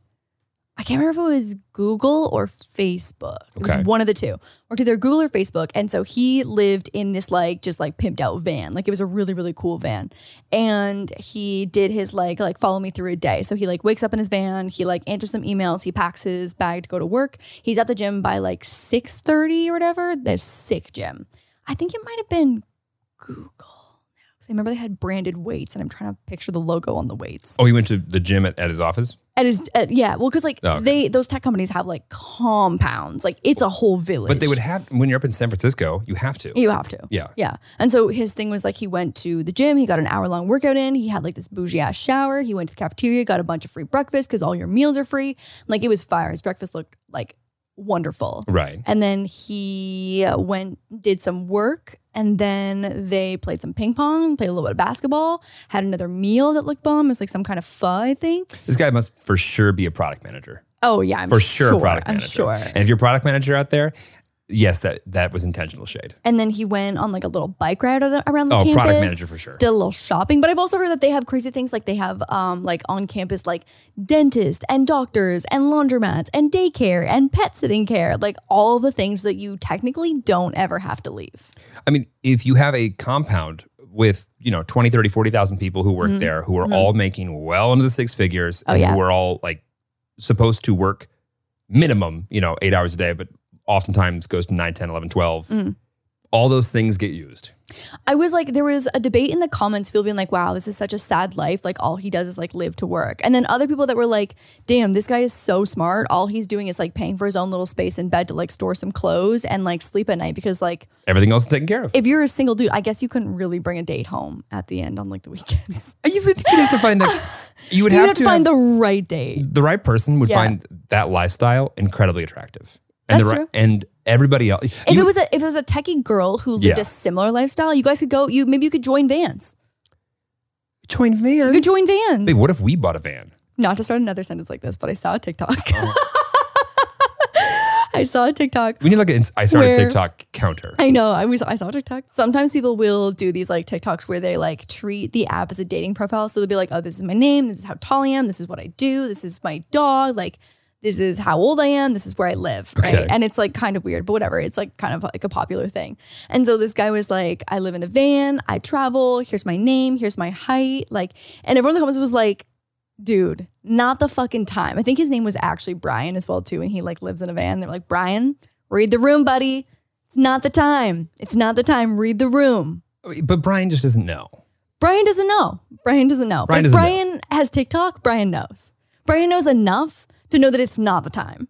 Speaker 2: I can't remember if it was Google or Facebook. It
Speaker 1: Okay.
Speaker 2: was one of the two, worked either Google or Facebook. And so he lived in this like just like pimped out van. Like it was a really, really cool van. And he did his like like follow me through a day. So he like wakes up in his van, he like answers some emails, he packs his bag to go to work. He's at the gym by like 6:30 or whatever. This sick gym. I think it might have been Google now. Because I remember they had branded weights and I'm trying to picture the logo on the weights.
Speaker 1: Oh, he went to the gym at, at his office?
Speaker 2: At his at, yeah, well, because like
Speaker 1: Oh, okay.
Speaker 2: they those tech companies have like compounds. Like it's a whole village.
Speaker 1: But they would have when you're up in San Francisco, you have to.
Speaker 2: You have to.
Speaker 1: Yeah.
Speaker 2: Yeah. And so his thing was like he went to the gym, he got an hour long workout in, he had like this bougie ass shower, he went to the cafeteria, got a bunch of free breakfast because all your meals are free. Like it was fire. His breakfast looked like wonderful.
Speaker 1: Right.
Speaker 2: And then he went, did some work, and then they played some ping pong, played a little bit of basketball, had another meal that looked bomb. It was like some kind of pho, I think.
Speaker 1: This guy must for sure be a product manager.
Speaker 2: Oh, yeah, I'm
Speaker 1: For sure, a product
Speaker 2: I'm
Speaker 1: manager.
Speaker 2: sure.
Speaker 1: And if you're a product manager out there, yes, that that was intentional shade.
Speaker 2: And then he went on like a little bike ride ar- around the
Speaker 1: Oh,
Speaker 2: campus.
Speaker 1: product manager for sure.
Speaker 2: Did a little shopping, but I've also heard that they have crazy things like they have um like on campus like dentists and doctors and laundromats and daycare and pet sitting care, like all the things that you technically don't ever have to leave.
Speaker 1: I mean, if you have a compound with, you know, 20, 30, 40,000 people who work there who are all making well into the six figures
Speaker 2: Mm-hmm. Oh,
Speaker 1: and
Speaker 2: yeah.
Speaker 1: who are all like supposed to work minimum, you know, 8 hours a day, but oftentimes goes to 9, 10, 11, 12.
Speaker 2: Mm.
Speaker 1: All those things get used.
Speaker 2: I was like, there was a debate in the comments, people being like, wow, this is such a sad life. Like, all he does is like live to work. And then other people that were like, damn, this guy is so smart. All he's doing is like paying for his own little space in bed to like store some clothes and like sleep at night. Because, like,
Speaker 1: Everything else is taken care of.
Speaker 2: if you're a single dude, I guess you couldn't really bring a date home at the end on like the weekends.
Speaker 1: you would you'd have to find a, you would
Speaker 2: You'd
Speaker 1: have,
Speaker 2: have to find the right date.
Speaker 1: the right person would
Speaker 2: Yeah.
Speaker 1: find that lifestyle incredibly attractive. And
Speaker 2: That's
Speaker 1: the
Speaker 2: true.
Speaker 1: and everybody else
Speaker 2: If
Speaker 1: you-
Speaker 2: it was a if it was a techie girl who lived
Speaker 1: Yeah.
Speaker 2: a similar lifestyle, you guys could go. You maybe you could join Vans.
Speaker 1: join
Speaker 2: You
Speaker 1: vans.
Speaker 2: could join Vans.
Speaker 1: Babe, what if we bought a van?
Speaker 2: not to start another sentence like this, but I saw a TikTok. I saw a TikTok.
Speaker 1: We need like an I started
Speaker 2: Where-
Speaker 1: TikTok counter.
Speaker 2: I know. I was I saw a TikTok. Sometimes people will do these like TikToks where they like treat the app as a dating profile. So they'll be like, "Oh, this is my name. This is how tall I am. This is what I do. This is my dog. Like, this is how old I am. This is where I live." Right?
Speaker 1: Okay.
Speaker 2: And it's like kind of weird, but whatever. It's like kind of like a popular thing. And so this guy was like, "I live in a van. I travel. Here's my name. Here's my height." Like, and everyone in the comments was like, dude, not the fucking time. I think his name was actually Brian as well too, and he like lives in a van. They're like, Brian, read the room, buddy. It's not the time. It's not the time. Read the room.
Speaker 1: But Brian just doesn't know.
Speaker 2: Brian doesn't know. Brian doesn't know.
Speaker 1: Brian
Speaker 2: but if
Speaker 1: doesn't
Speaker 2: Brian has TikTok. Brian knows. Brian knows enough to know that it's not the time.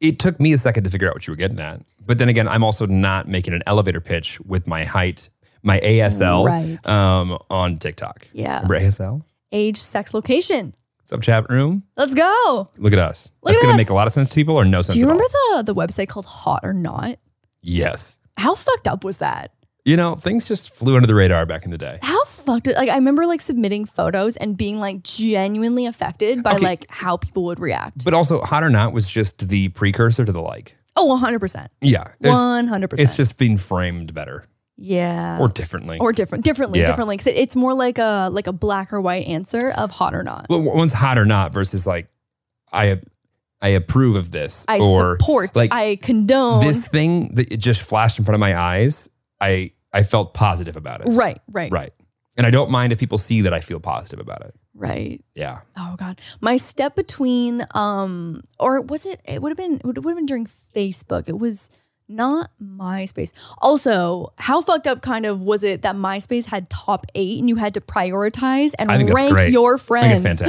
Speaker 1: It took me a second to figure out what you were getting at. But then again, I'm also not making an elevator pitch with my height, my ASL
Speaker 2: Right.
Speaker 1: um, on TikTok.
Speaker 2: Yeah.
Speaker 1: Remember ASL?
Speaker 2: Age, sex, location.
Speaker 1: What's up, chat room?
Speaker 2: Let's go.
Speaker 1: Look at us.
Speaker 2: Look
Speaker 1: That's
Speaker 2: at
Speaker 1: going to
Speaker 2: us.
Speaker 1: make a lot of sense to people or no sense
Speaker 2: Do you
Speaker 1: at all.
Speaker 2: remember the the website called Hot or Not?
Speaker 1: Yes.
Speaker 2: How fucked up was that?
Speaker 1: You know, things just flew under the radar back in the day.
Speaker 2: How fucked? Like I remember like submitting photos and being like genuinely affected by
Speaker 1: Okay.
Speaker 2: like how people would react.
Speaker 1: But also, Hot or Not was just the precursor to the like.
Speaker 2: Oh, 100%.
Speaker 1: Yeah. It's,
Speaker 2: 100%.
Speaker 1: it's just being framed better
Speaker 2: yeah.
Speaker 1: or differently.
Speaker 2: or different differently
Speaker 1: Yeah.
Speaker 2: differently because it's more like a like a black or white answer of hot or not
Speaker 1: Well, w- one's hot or not versus like, I I approve of this
Speaker 2: i
Speaker 1: or
Speaker 2: support
Speaker 1: like,
Speaker 2: i condone
Speaker 1: this thing that it just flashed in front of my eyes. I I felt positive about it.
Speaker 2: right right right
Speaker 1: Right. And I don't mind if people see that I feel positive about it.
Speaker 2: right
Speaker 1: Yeah.
Speaker 2: oh god my step between um or was it it would have been it would have been during facebook it was not MySpace. Also, how fucked up kind of was it that MySpace had top eight and you had to prioritize and
Speaker 1: I think that's
Speaker 2: rank
Speaker 1: great.
Speaker 2: your
Speaker 1: think it's
Speaker 2: friends?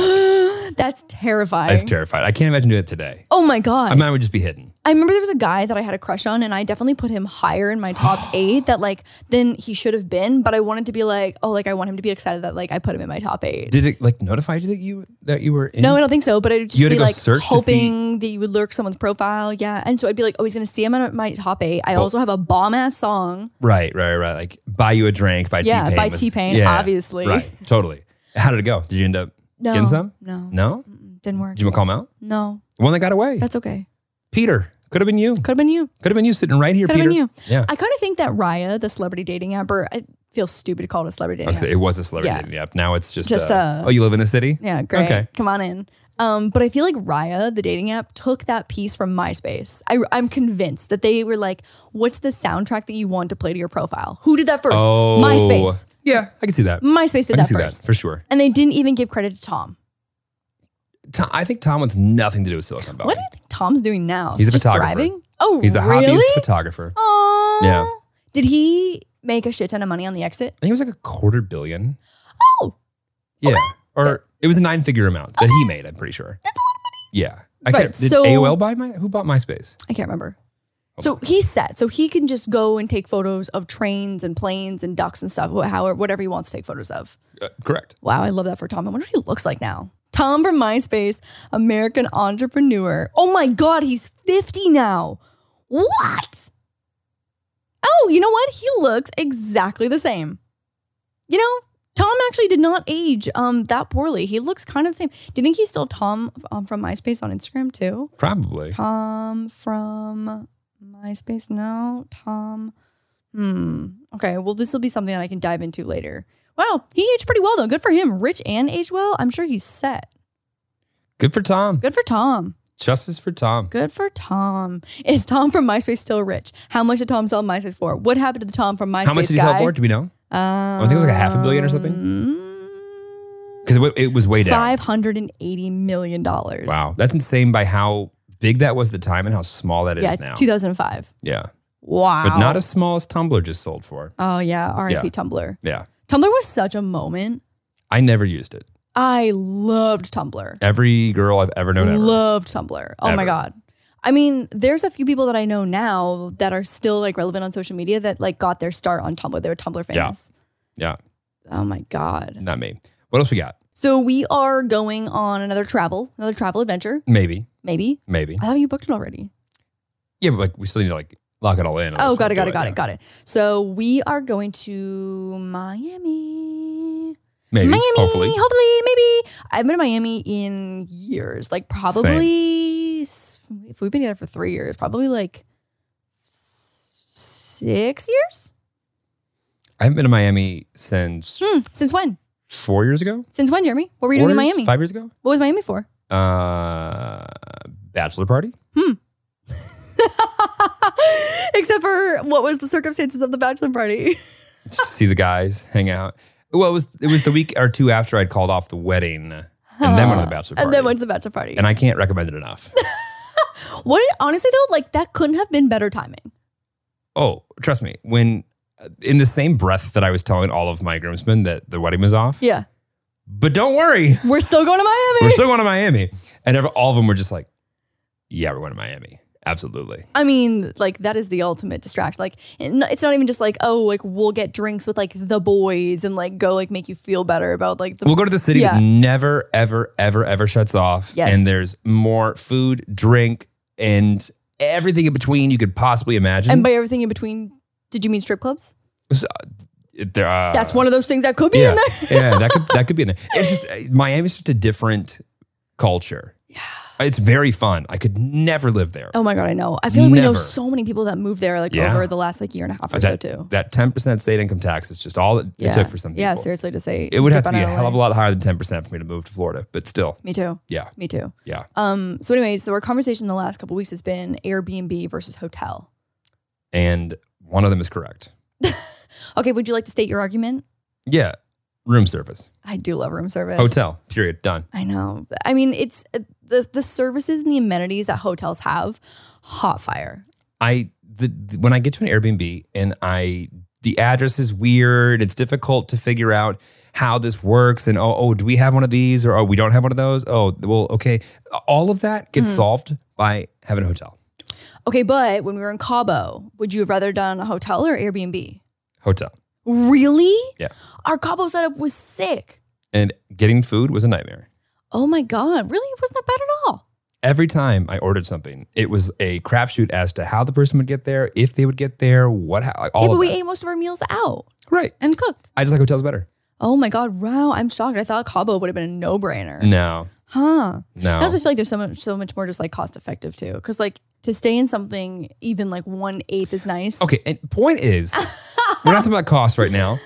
Speaker 2: that's terrifying.
Speaker 1: It's terrified. I can't imagine doing it today.
Speaker 2: oh my god!
Speaker 1: I Mine would just be hidden.
Speaker 2: I remember there was a guy that I had a crush on, and I definitely put him higher in my top eight that like than he should have been. But I wanted to be like, oh, like I want him to be excited that like I put him in my top eight.
Speaker 1: Did it like notify you that you that you were in?
Speaker 2: no, I don't think so. But I'd just
Speaker 1: You had to
Speaker 2: be
Speaker 1: go
Speaker 2: like
Speaker 1: search to
Speaker 2: hoping that you would lurk someone's profile. Yeah, and so I'd be like, oh, he's gonna see him at my top eight. I also have a bomb ass song.
Speaker 1: Right, right, right. Like buy you a drink by
Speaker 2: Yeah,
Speaker 1: T-Pain.
Speaker 2: by
Speaker 1: was-
Speaker 2: T-Pain, obviously.
Speaker 1: Right, totally. How did it go? Did you end up
Speaker 2: No,
Speaker 1: getting some?
Speaker 2: no, mm,
Speaker 1: No?
Speaker 2: didn't work.
Speaker 1: Did you want to call him out?
Speaker 2: No,
Speaker 1: The one that got away.
Speaker 2: that's okay.
Speaker 1: Peter. Could have been you. Could
Speaker 2: Could have been you.
Speaker 1: have been you sitting right here,
Speaker 2: Could have
Speaker 1: Peter.
Speaker 2: been you.
Speaker 1: Yeah.
Speaker 2: I kind of think that Raya, the celebrity dating app, or I feel stupid to call it a celebrity
Speaker 1: I was-
Speaker 2: dating app.
Speaker 1: It was a celebrity
Speaker 2: Yeah.
Speaker 1: dating app. Now it's just,
Speaker 2: Just,
Speaker 1: uh,
Speaker 2: uh,
Speaker 1: oh, you live in a city?
Speaker 2: Yeah, great.
Speaker 1: Okay.
Speaker 2: Come on in. Um, but I feel like Raya, the dating app, took that piece from MySpace. I, I'm convinced that they were like, "What's the soundtrack that you want to play to your profile? Who did that first?
Speaker 1: Oh.
Speaker 2: MySpace.
Speaker 1: Yeah, I can see that.
Speaker 2: MySpace
Speaker 1: I
Speaker 2: did
Speaker 1: can
Speaker 2: that
Speaker 1: see
Speaker 2: first,
Speaker 1: that for sure.
Speaker 2: and they didn't even give credit to Tom.
Speaker 1: Tom, I think Tom wants nothing to do with Silicon Valley.
Speaker 2: What do you think Tom's doing now?
Speaker 1: He's a
Speaker 2: Just
Speaker 1: photographer.
Speaker 2: Thriving? Oh,
Speaker 1: He's a
Speaker 2: really?
Speaker 1: hobbyist photographer.
Speaker 2: Aw.
Speaker 1: Yeah.
Speaker 2: Did he make a shit ton of money on the exit?
Speaker 1: I think it was like a quarter billion.
Speaker 2: Oh.
Speaker 1: Yeah. Or it was a nine figure amount that he made, I'm pretty sure. That's a lot of money. Yeah. I
Speaker 2: Right,
Speaker 1: can't, did
Speaker 2: so-
Speaker 1: AOL buy my who bought MySpace?
Speaker 2: I can't remember.
Speaker 1: Oh
Speaker 2: So he's set. So he can just go and take photos of trains and planes and ducks and stuff, wh- however, whatever he wants to take photos of.
Speaker 1: Uh, correct.
Speaker 2: Wow, I love that for Tom. I wonder what he looks like now. Tom from MySpace, American entrepreneur. Oh my God, he's 50 now. What? Oh, you know what? He looks exactly the same. You know, Tom actually did not age um that poorly. He looks kind of the same. Do you think he's still Tom um, from MySpace on Instagram too?
Speaker 1: Probably.
Speaker 2: Tom from MySpace. No, Tom. Hmm. Okay. Well, this will be something that I can dive into later. Wow, he aged pretty well though. Good for him. Rich and aged well. I'm sure he's set.
Speaker 1: Good for Tom.
Speaker 2: Good for Tom.
Speaker 1: Justice for Tom.
Speaker 2: Good for Tom. Is Tom from MySpace still rich? How much did Tom sell MySpace for? What happened to the Tom from MySpace
Speaker 1: How much did he
Speaker 2: guy?
Speaker 1: sell for? Do we know?
Speaker 2: Um,
Speaker 1: I think it was like a half a billion or something. Because it, wa- it was way down.
Speaker 2: Mm, Five hundred and eighty million dollars.
Speaker 1: Wow. That's insane by how big that was at the time and how small that is
Speaker 2: Yeah,
Speaker 1: now.
Speaker 2: two thousand five.
Speaker 1: yeah.
Speaker 2: Wow.
Speaker 1: But not as small as Tumblr just sold for.
Speaker 2: Oh yeah. R.I.P.
Speaker 1: Yeah.
Speaker 2: Tumblr.
Speaker 1: Yeah.
Speaker 2: Tumblr was such a moment.
Speaker 1: I never used it.
Speaker 2: I loved Tumblr.
Speaker 1: Every girl I've ever known ever.
Speaker 2: Loved Tumblr. Oh my
Speaker 1: Ever.
Speaker 2: god. I mean, there's a few people that I know now that are still like relevant on social media that like got their start on Tumblr. They were Tumblr
Speaker 1: Yeah.
Speaker 2: fans.
Speaker 1: yeah.
Speaker 2: Oh my god.
Speaker 1: Not me. What else we got?
Speaker 2: So we are going on another travel, another travel adventure,
Speaker 1: Maybe.
Speaker 2: maybe.
Speaker 1: Maybe.
Speaker 2: I thought you booked it already.
Speaker 1: Yeah, but like we still need to like lock it all in.
Speaker 2: Oh,
Speaker 1: Otherwise
Speaker 2: got it,
Speaker 1: we
Speaker 2: got
Speaker 1: won't
Speaker 2: it, got
Speaker 1: do
Speaker 2: it, got it. So we are going to Miami.
Speaker 1: Yeah. Maybe.
Speaker 2: Miami,
Speaker 1: Hopefully.
Speaker 2: maybe. I've been to Miami in years, like probably s- if we've been together for three years, probably like s- six years.
Speaker 1: I haven't been to Miami since
Speaker 2: Hmm. Since when?
Speaker 1: four years ago.
Speaker 2: Since when, Jeremy? What were you
Speaker 1: Four
Speaker 2: doing in
Speaker 1: years?
Speaker 2: Miami?
Speaker 1: Five years ago.
Speaker 2: What was Miami for?
Speaker 1: Uh, bachelor party.
Speaker 2: Except for what was the circumstances of the bachelor party?
Speaker 1: Just to see the guys, hang out. Well, it was it was the week or two after I'd called off the wedding, and then went to the bachelor party.
Speaker 2: and then went to the bachelor party.
Speaker 1: And I can't recommend it enough.
Speaker 2: what? Honestly, though, like that couldn't have been better timing.
Speaker 1: oh, trust me. When in the same breath that I was telling all of my groomsmen that the wedding was off,
Speaker 2: Yeah,
Speaker 1: but don't worry,
Speaker 2: we're still going to Miami.
Speaker 1: we're still going to Miami. And ever, all of them were just like, "Yeah, we're going to Miami. Absolutely."
Speaker 2: I mean, like that is the ultimate distraction. Like, and it's not even just like, oh, like we'll get drinks with like the boys and like go like make you feel better about like the.
Speaker 1: We'll go to the city
Speaker 2: Yeah.
Speaker 1: that never, ever, ever, ever shuts off.
Speaker 2: Yes.
Speaker 1: And there's more food, drink, and everything in between you could possibly imagine.
Speaker 2: and by everything in between, did you mean strip clubs?
Speaker 1: It's, uh, it- there are-
Speaker 2: That's one of those things that could be
Speaker 1: Uh, yeah,
Speaker 2: in there.
Speaker 1: yeah, that could that could be in there. It's just uh, Miami's just a different culture. Yeah, it's very fun. I could never live there.
Speaker 2: Oh my god, I know. I feel like we know
Speaker 1: Never.
Speaker 2: so many people that moved there like
Speaker 1: Yeah.
Speaker 2: over the last like year and a half or so
Speaker 1: that
Speaker 2: too.
Speaker 1: that ten percent state income tax is just all it,
Speaker 2: Yeah.
Speaker 1: it took for some people.
Speaker 2: Yeah, seriously to say
Speaker 1: It would have
Speaker 2: dip
Speaker 1: to
Speaker 2: on
Speaker 1: be a
Speaker 2: our
Speaker 1: hell of a
Speaker 2: way.
Speaker 1: lot higher than ten percent for me to move to Florida, but still,
Speaker 2: Me too.
Speaker 1: yeah,
Speaker 2: Me too.
Speaker 1: yeah.
Speaker 2: Um, so anyway, so our conversation the last couple weeks has been Airbnb versus hotel.
Speaker 1: And one of them is correct.
Speaker 2: Okay, would you like to state your argument?
Speaker 1: Yeah, room service,
Speaker 2: I do love room service.
Speaker 1: hotel, period, done.
Speaker 2: I know. I mean, it's uh, the the services and the amenities that hotels have. Hot fire.
Speaker 1: I the, the- when I get to an Airbnb and I the address is weird, it's difficult to figure out how this works and oh oh do we have one of these or oh we don't have one of those? Oh, well okay. All of that gets solved by having a hotel.
Speaker 2: Okay, but when we were in Cabo, would you have rather done a hotel or Airbnb?
Speaker 1: Hotel.
Speaker 2: Really?
Speaker 1: Yeah.
Speaker 2: Our Cabo setup was sick.
Speaker 1: And getting food was a nightmare.
Speaker 2: Oh my god! Really, it wasn't that bad at all.
Speaker 1: Every time I ordered something, it was a crapshoot as to how the person would get there, if they would get there, what how, like all
Speaker 2: yeah, but
Speaker 1: of
Speaker 2: we
Speaker 1: that.
Speaker 2: ate most of our meals out
Speaker 1: Right.
Speaker 2: and cooked.
Speaker 1: I just like hotels better.
Speaker 2: Oh my god! Wow, I'm shocked. I thought Cabo would have been a no brainer.
Speaker 1: No.
Speaker 2: Huh.
Speaker 1: Mm. No.
Speaker 2: I also feel like there's so much, so much more just like cost effective too, because like to stay in something even like one eighth is nice.
Speaker 1: Okay, and point is, we're not talking about cost right now.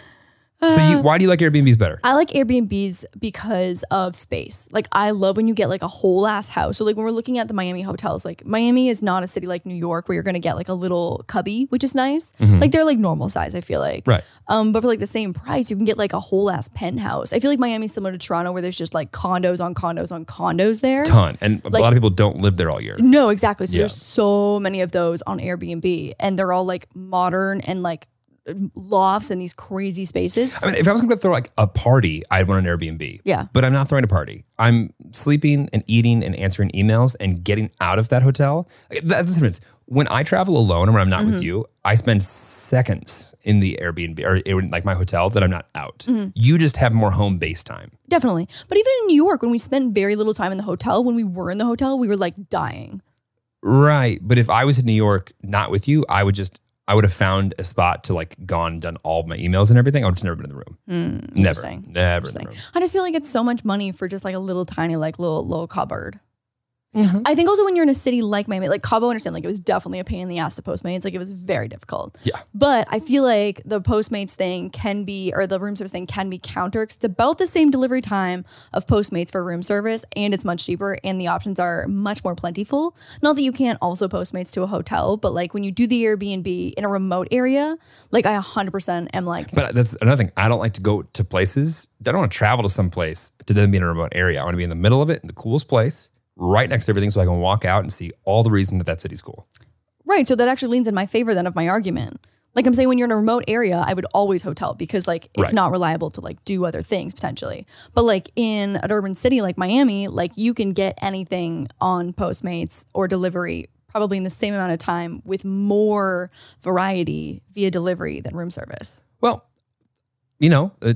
Speaker 1: So you, why do you like Airbnbs better?
Speaker 2: I like Airbnbs because of space. Like I love when you get like a whole ass house. So like when we're looking at the Miami hotels, like Miami is not a city like New York where you're gonna get like a little cubby, which is nice. Like they're like normal size, I feel like.
Speaker 1: Mm-hmm. Right.
Speaker 2: Um, but for like the same price, you can get like a whole ass penthouse. I feel like Miami's similar to Toronto where there's just like condos on condos on condos there.
Speaker 1: Ton. And a
Speaker 2: Like-
Speaker 1: lot of people don't live there all year.
Speaker 2: No, exactly. So
Speaker 1: Yeah.
Speaker 2: there's so many of those on Airbnb and they're all like modern and like lofts and these crazy spaces.
Speaker 1: I mean, if I was going to throw like a party, I'd want an Airbnb.
Speaker 2: Yeah.
Speaker 1: But I'm not throwing a party. I'm sleeping and eating and answering emails and getting out of that hotel. Like, That's the difference. When I travel alone and when I'm not with you, I spend seconds in the Airbnb or in like my hotel that I'm not out. You just have more home base time.
Speaker 2: Definitely. But even in New York, when we spent very little time in the hotel, when we were in the hotel, we were like dying.
Speaker 1: Right. But if I was in New York, not with you, I would just, I would have found a spot to like gone, done all of my emails and everything. I would just never been in the room. never.
Speaker 2: interesting.
Speaker 1: Never in
Speaker 2: Just
Speaker 1: the
Speaker 2: like-
Speaker 1: room.
Speaker 2: I just feel like it's so much money for just like a little tiny, like little little cupboard. I think also when you're in a city like Miami, like Cabo, I understand like it was definitely a pain in the ass to Postmates. Like it was very difficult.
Speaker 1: Yeah.
Speaker 2: But I feel like the Postmates thing can be, or the room service thing can be counter. 'cause It's about the same delivery time of Postmates for room service, and it's much cheaper, and the options are much more plentiful. Not that you can't also Postmates to a hotel, but like when you do the Airbnb in a remote area, like I 100% am like,
Speaker 1: But that's another thing. I don't like to go to places. I don't want to travel to some place to then be in a remote area. I want to be in the middle of it, in the coolest place, right next to everything, so I can walk out and see all the reason that that city's cool.
Speaker 2: Right. So that actually leans in my favor then of my argument. Like I'm saying, when you're in a remote area, I would always hotel because like it's
Speaker 1: Right.
Speaker 2: not reliable to like do other things potentially. But like in an urban city like Miami, like you can get anything on Postmates or delivery probably in the same amount of time with more variety via delivery than room service.
Speaker 1: Well, you know, uh,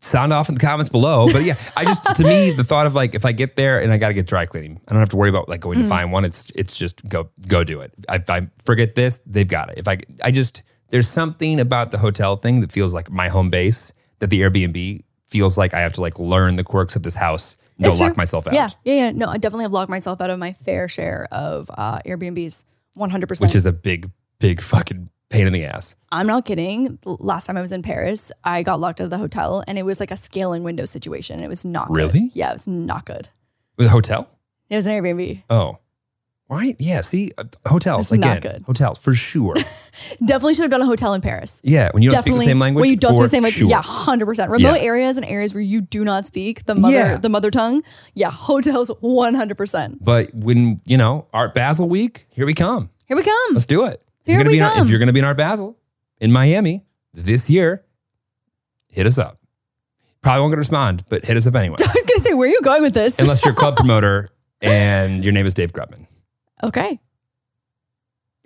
Speaker 1: sound off in the comments below. But yeah, I just to me the thought of like if I get there and I got to get dry cleaning, I don't have to worry about like going
Speaker 2: Mm-hmm.
Speaker 1: to find one. It's it's just go go do it. If I forget this, they've got it. If I I just there's something about the hotel thing that feels like my home base that the Airbnb feels like I have to like learn the quirks of this house. and Go
Speaker 2: It's true.
Speaker 1: lock myself out.
Speaker 2: Yeah. Yeah. Yeah. No, I definitely have locked myself out of my fair share of uh, Airbnbs 100%.
Speaker 1: which is a big, big fucking pain in the ass.
Speaker 2: I'm not kidding. L- Last time I was in Paris, I got locked out of the hotel and it was like a scaling window situation. It was not good.
Speaker 1: Really?
Speaker 2: Yeah, it was not good.
Speaker 1: With a hotel?
Speaker 2: It was an Airbnb.
Speaker 1: Oh, right. Yeah. See, uh, hotels
Speaker 2: It's not
Speaker 1: again.
Speaker 2: good.
Speaker 1: Hotels for sure.
Speaker 2: Definitely should have done a hotel in Paris.
Speaker 1: yeah. When you don't
Speaker 2: Definitely.
Speaker 1: speak the same language.
Speaker 2: When you don't speak
Speaker 1: for
Speaker 2: the same language.
Speaker 1: sure.
Speaker 2: Yeah, 100%. Remote
Speaker 1: Yeah.
Speaker 2: areas and areas where you do not speak the mother
Speaker 1: Yeah.
Speaker 2: the mother tongue. Yeah, hotels 100%.
Speaker 1: But when you know Art Basel week, here we come.
Speaker 2: Here we come.
Speaker 1: Let's do it. If
Speaker 2: Here
Speaker 1: you're gonna
Speaker 2: we
Speaker 1: be in Art-
Speaker 2: come.
Speaker 1: if you're going to be in Art Basel in Miami this year, hit us up. Probably won't get to respond, but hit us up anyway.
Speaker 2: I was going to say where are you going with this?
Speaker 1: Unless you're a club promoter and your name is Dave Grubman.
Speaker 2: okay.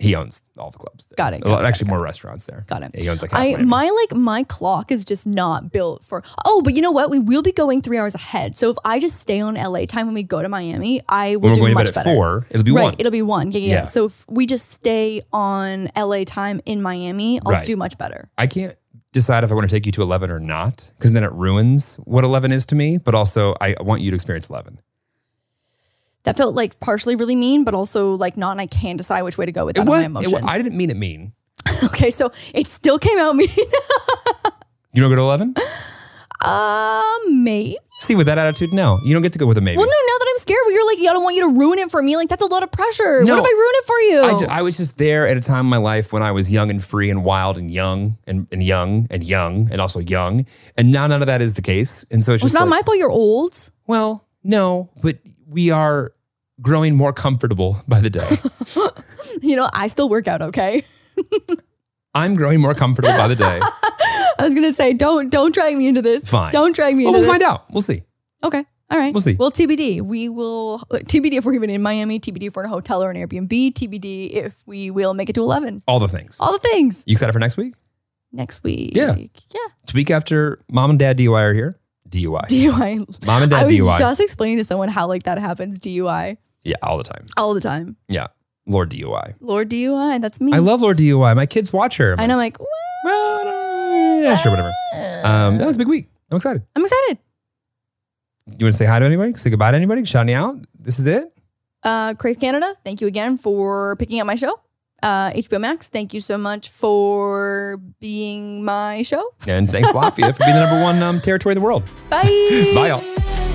Speaker 1: He owns all the clubs. There.
Speaker 2: Got it,
Speaker 1: A
Speaker 2: got
Speaker 1: lot-
Speaker 2: it,
Speaker 1: actually,
Speaker 2: got
Speaker 1: more restaurants there.
Speaker 2: Got it.
Speaker 1: Yeah, he owns like half
Speaker 2: I
Speaker 1: Miami.
Speaker 2: my like my clock is just not built for. Oh, but you know what? We will be going three hours ahead. So if I just stay on LA time when we go to Miami, I will
Speaker 1: when
Speaker 2: do
Speaker 1: we're going
Speaker 2: much
Speaker 1: to bed
Speaker 2: better.
Speaker 1: at four, it'll be
Speaker 2: right,
Speaker 1: one.
Speaker 2: it'll be one. Yeah, yeah, yeah.
Speaker 1: Yeah.
Speaker 2: So if we just stay on LA time in Miami, I'll
Speaker 1: Right.
Speaker 2: do much better.
Speaker 1: I can't decide if I want to take you to 11 or not, because then it ruins what 11 is to me. But also, I want you to experience 11.
Speaker 2: That felt like partially really mean, but also like not. And I can decide which way to go with
Speaker 1: It
Speaker 2: that on
Speaker 1: was,
Speaker 2: my
Speaker 1: it wa-
Speaker 2: emotions.
Speaker 1: I didn't mean it mean.
Speaker 2: okay, so it still came out mean.
Speaker 1: You don't go to 11?
Speaker 2: um, maybe.
Speaker 1: See, with that attitude, no. You don't get to go with a maybe.
Speaker 2: Well, no. Now that I'm scared, but you're like, I don't want you to ruin it for me. Like that's a lot of pressure.
Speaker 1: No.
Speaker 2: what if I ruin it for you?
Speaker 1: I, ju- I was just there at a time in my life when I was young and free and wild and young and, and young and young and also young. And now none of that is the case. And so it's
Speaker 2: Well, it's
Speaker 1: just
Speaker 2: not
Speaker 1: like,
Speaker 2: my fault. You're old.
Speaker 1: well, no, but we are growing more comfortable by the day.
Speaker 2: You know, I still work out. Okay.
Speaker 1: I'm growing more comfortable by the day.
Speaker 2: I was gonna say, don't don't drag me into this.
Speaker 1: Fine.
Speaker 2: Don't drag me
Speaker 1: Well,
Speaker 2: into
Speaker 1: we'll find
Speaker 2: this.
Speaker 1: out. We'll see.
Speaker 2: Okay. All right.
Speaker 1: We'll see.
Speaker 2: Well, TBD. We will uh, TBD if we're even in Miami. TBD if we're in a hotel or an Airbnb. TBD if we will make it to eleven.
Speaker 1: All the things.
Speaker 2: All the things
Speaker 1: You excited for next week?
Speaker 2: next week.
Speaker 1: Yeah.
Speaker 2: Yeah.
Speaker 1: It's week after mom and dad DUI are here. DUI.
Speaker 2: DUI.
Speaker 1: mom and
Speaker 2: I
Speaker 1: dad
Speaker 2: was
Speaker 1: DUI.
Speaker 2: just explaining to someone how like that happens. DUI
Speaker 1: yeah, all the time.
Speaker 2: all the time.
Speaker 1: Yeah. Lord DUI.
Speaker 2: Lord DUI. That's me.
Speaker 1: I love Lord DUI. My kids watch her. I'm
Speaker 2: Mm. I
Speaker 1: like,
Speaker 2: know. I'm like,
Speaker 1: Well, uh, yeah, sure, whatever. Um, that was a big week. I'm excited.
Speaker 2: I'm excited.
Speaker 1: You want to say hi to anybody? Say goodbye to anybody? Shout me out? This is it?
Speaker 2: Uh, Crave Canada. Thank you again for picking up my show. Uh, HBO Max. Thank you so much for being my show.
Speaker 1: And thanks, Lafayette, for being the number one um, territory in the world.
Speaker 2: Bye.
Speaker 1: Bye, y'all.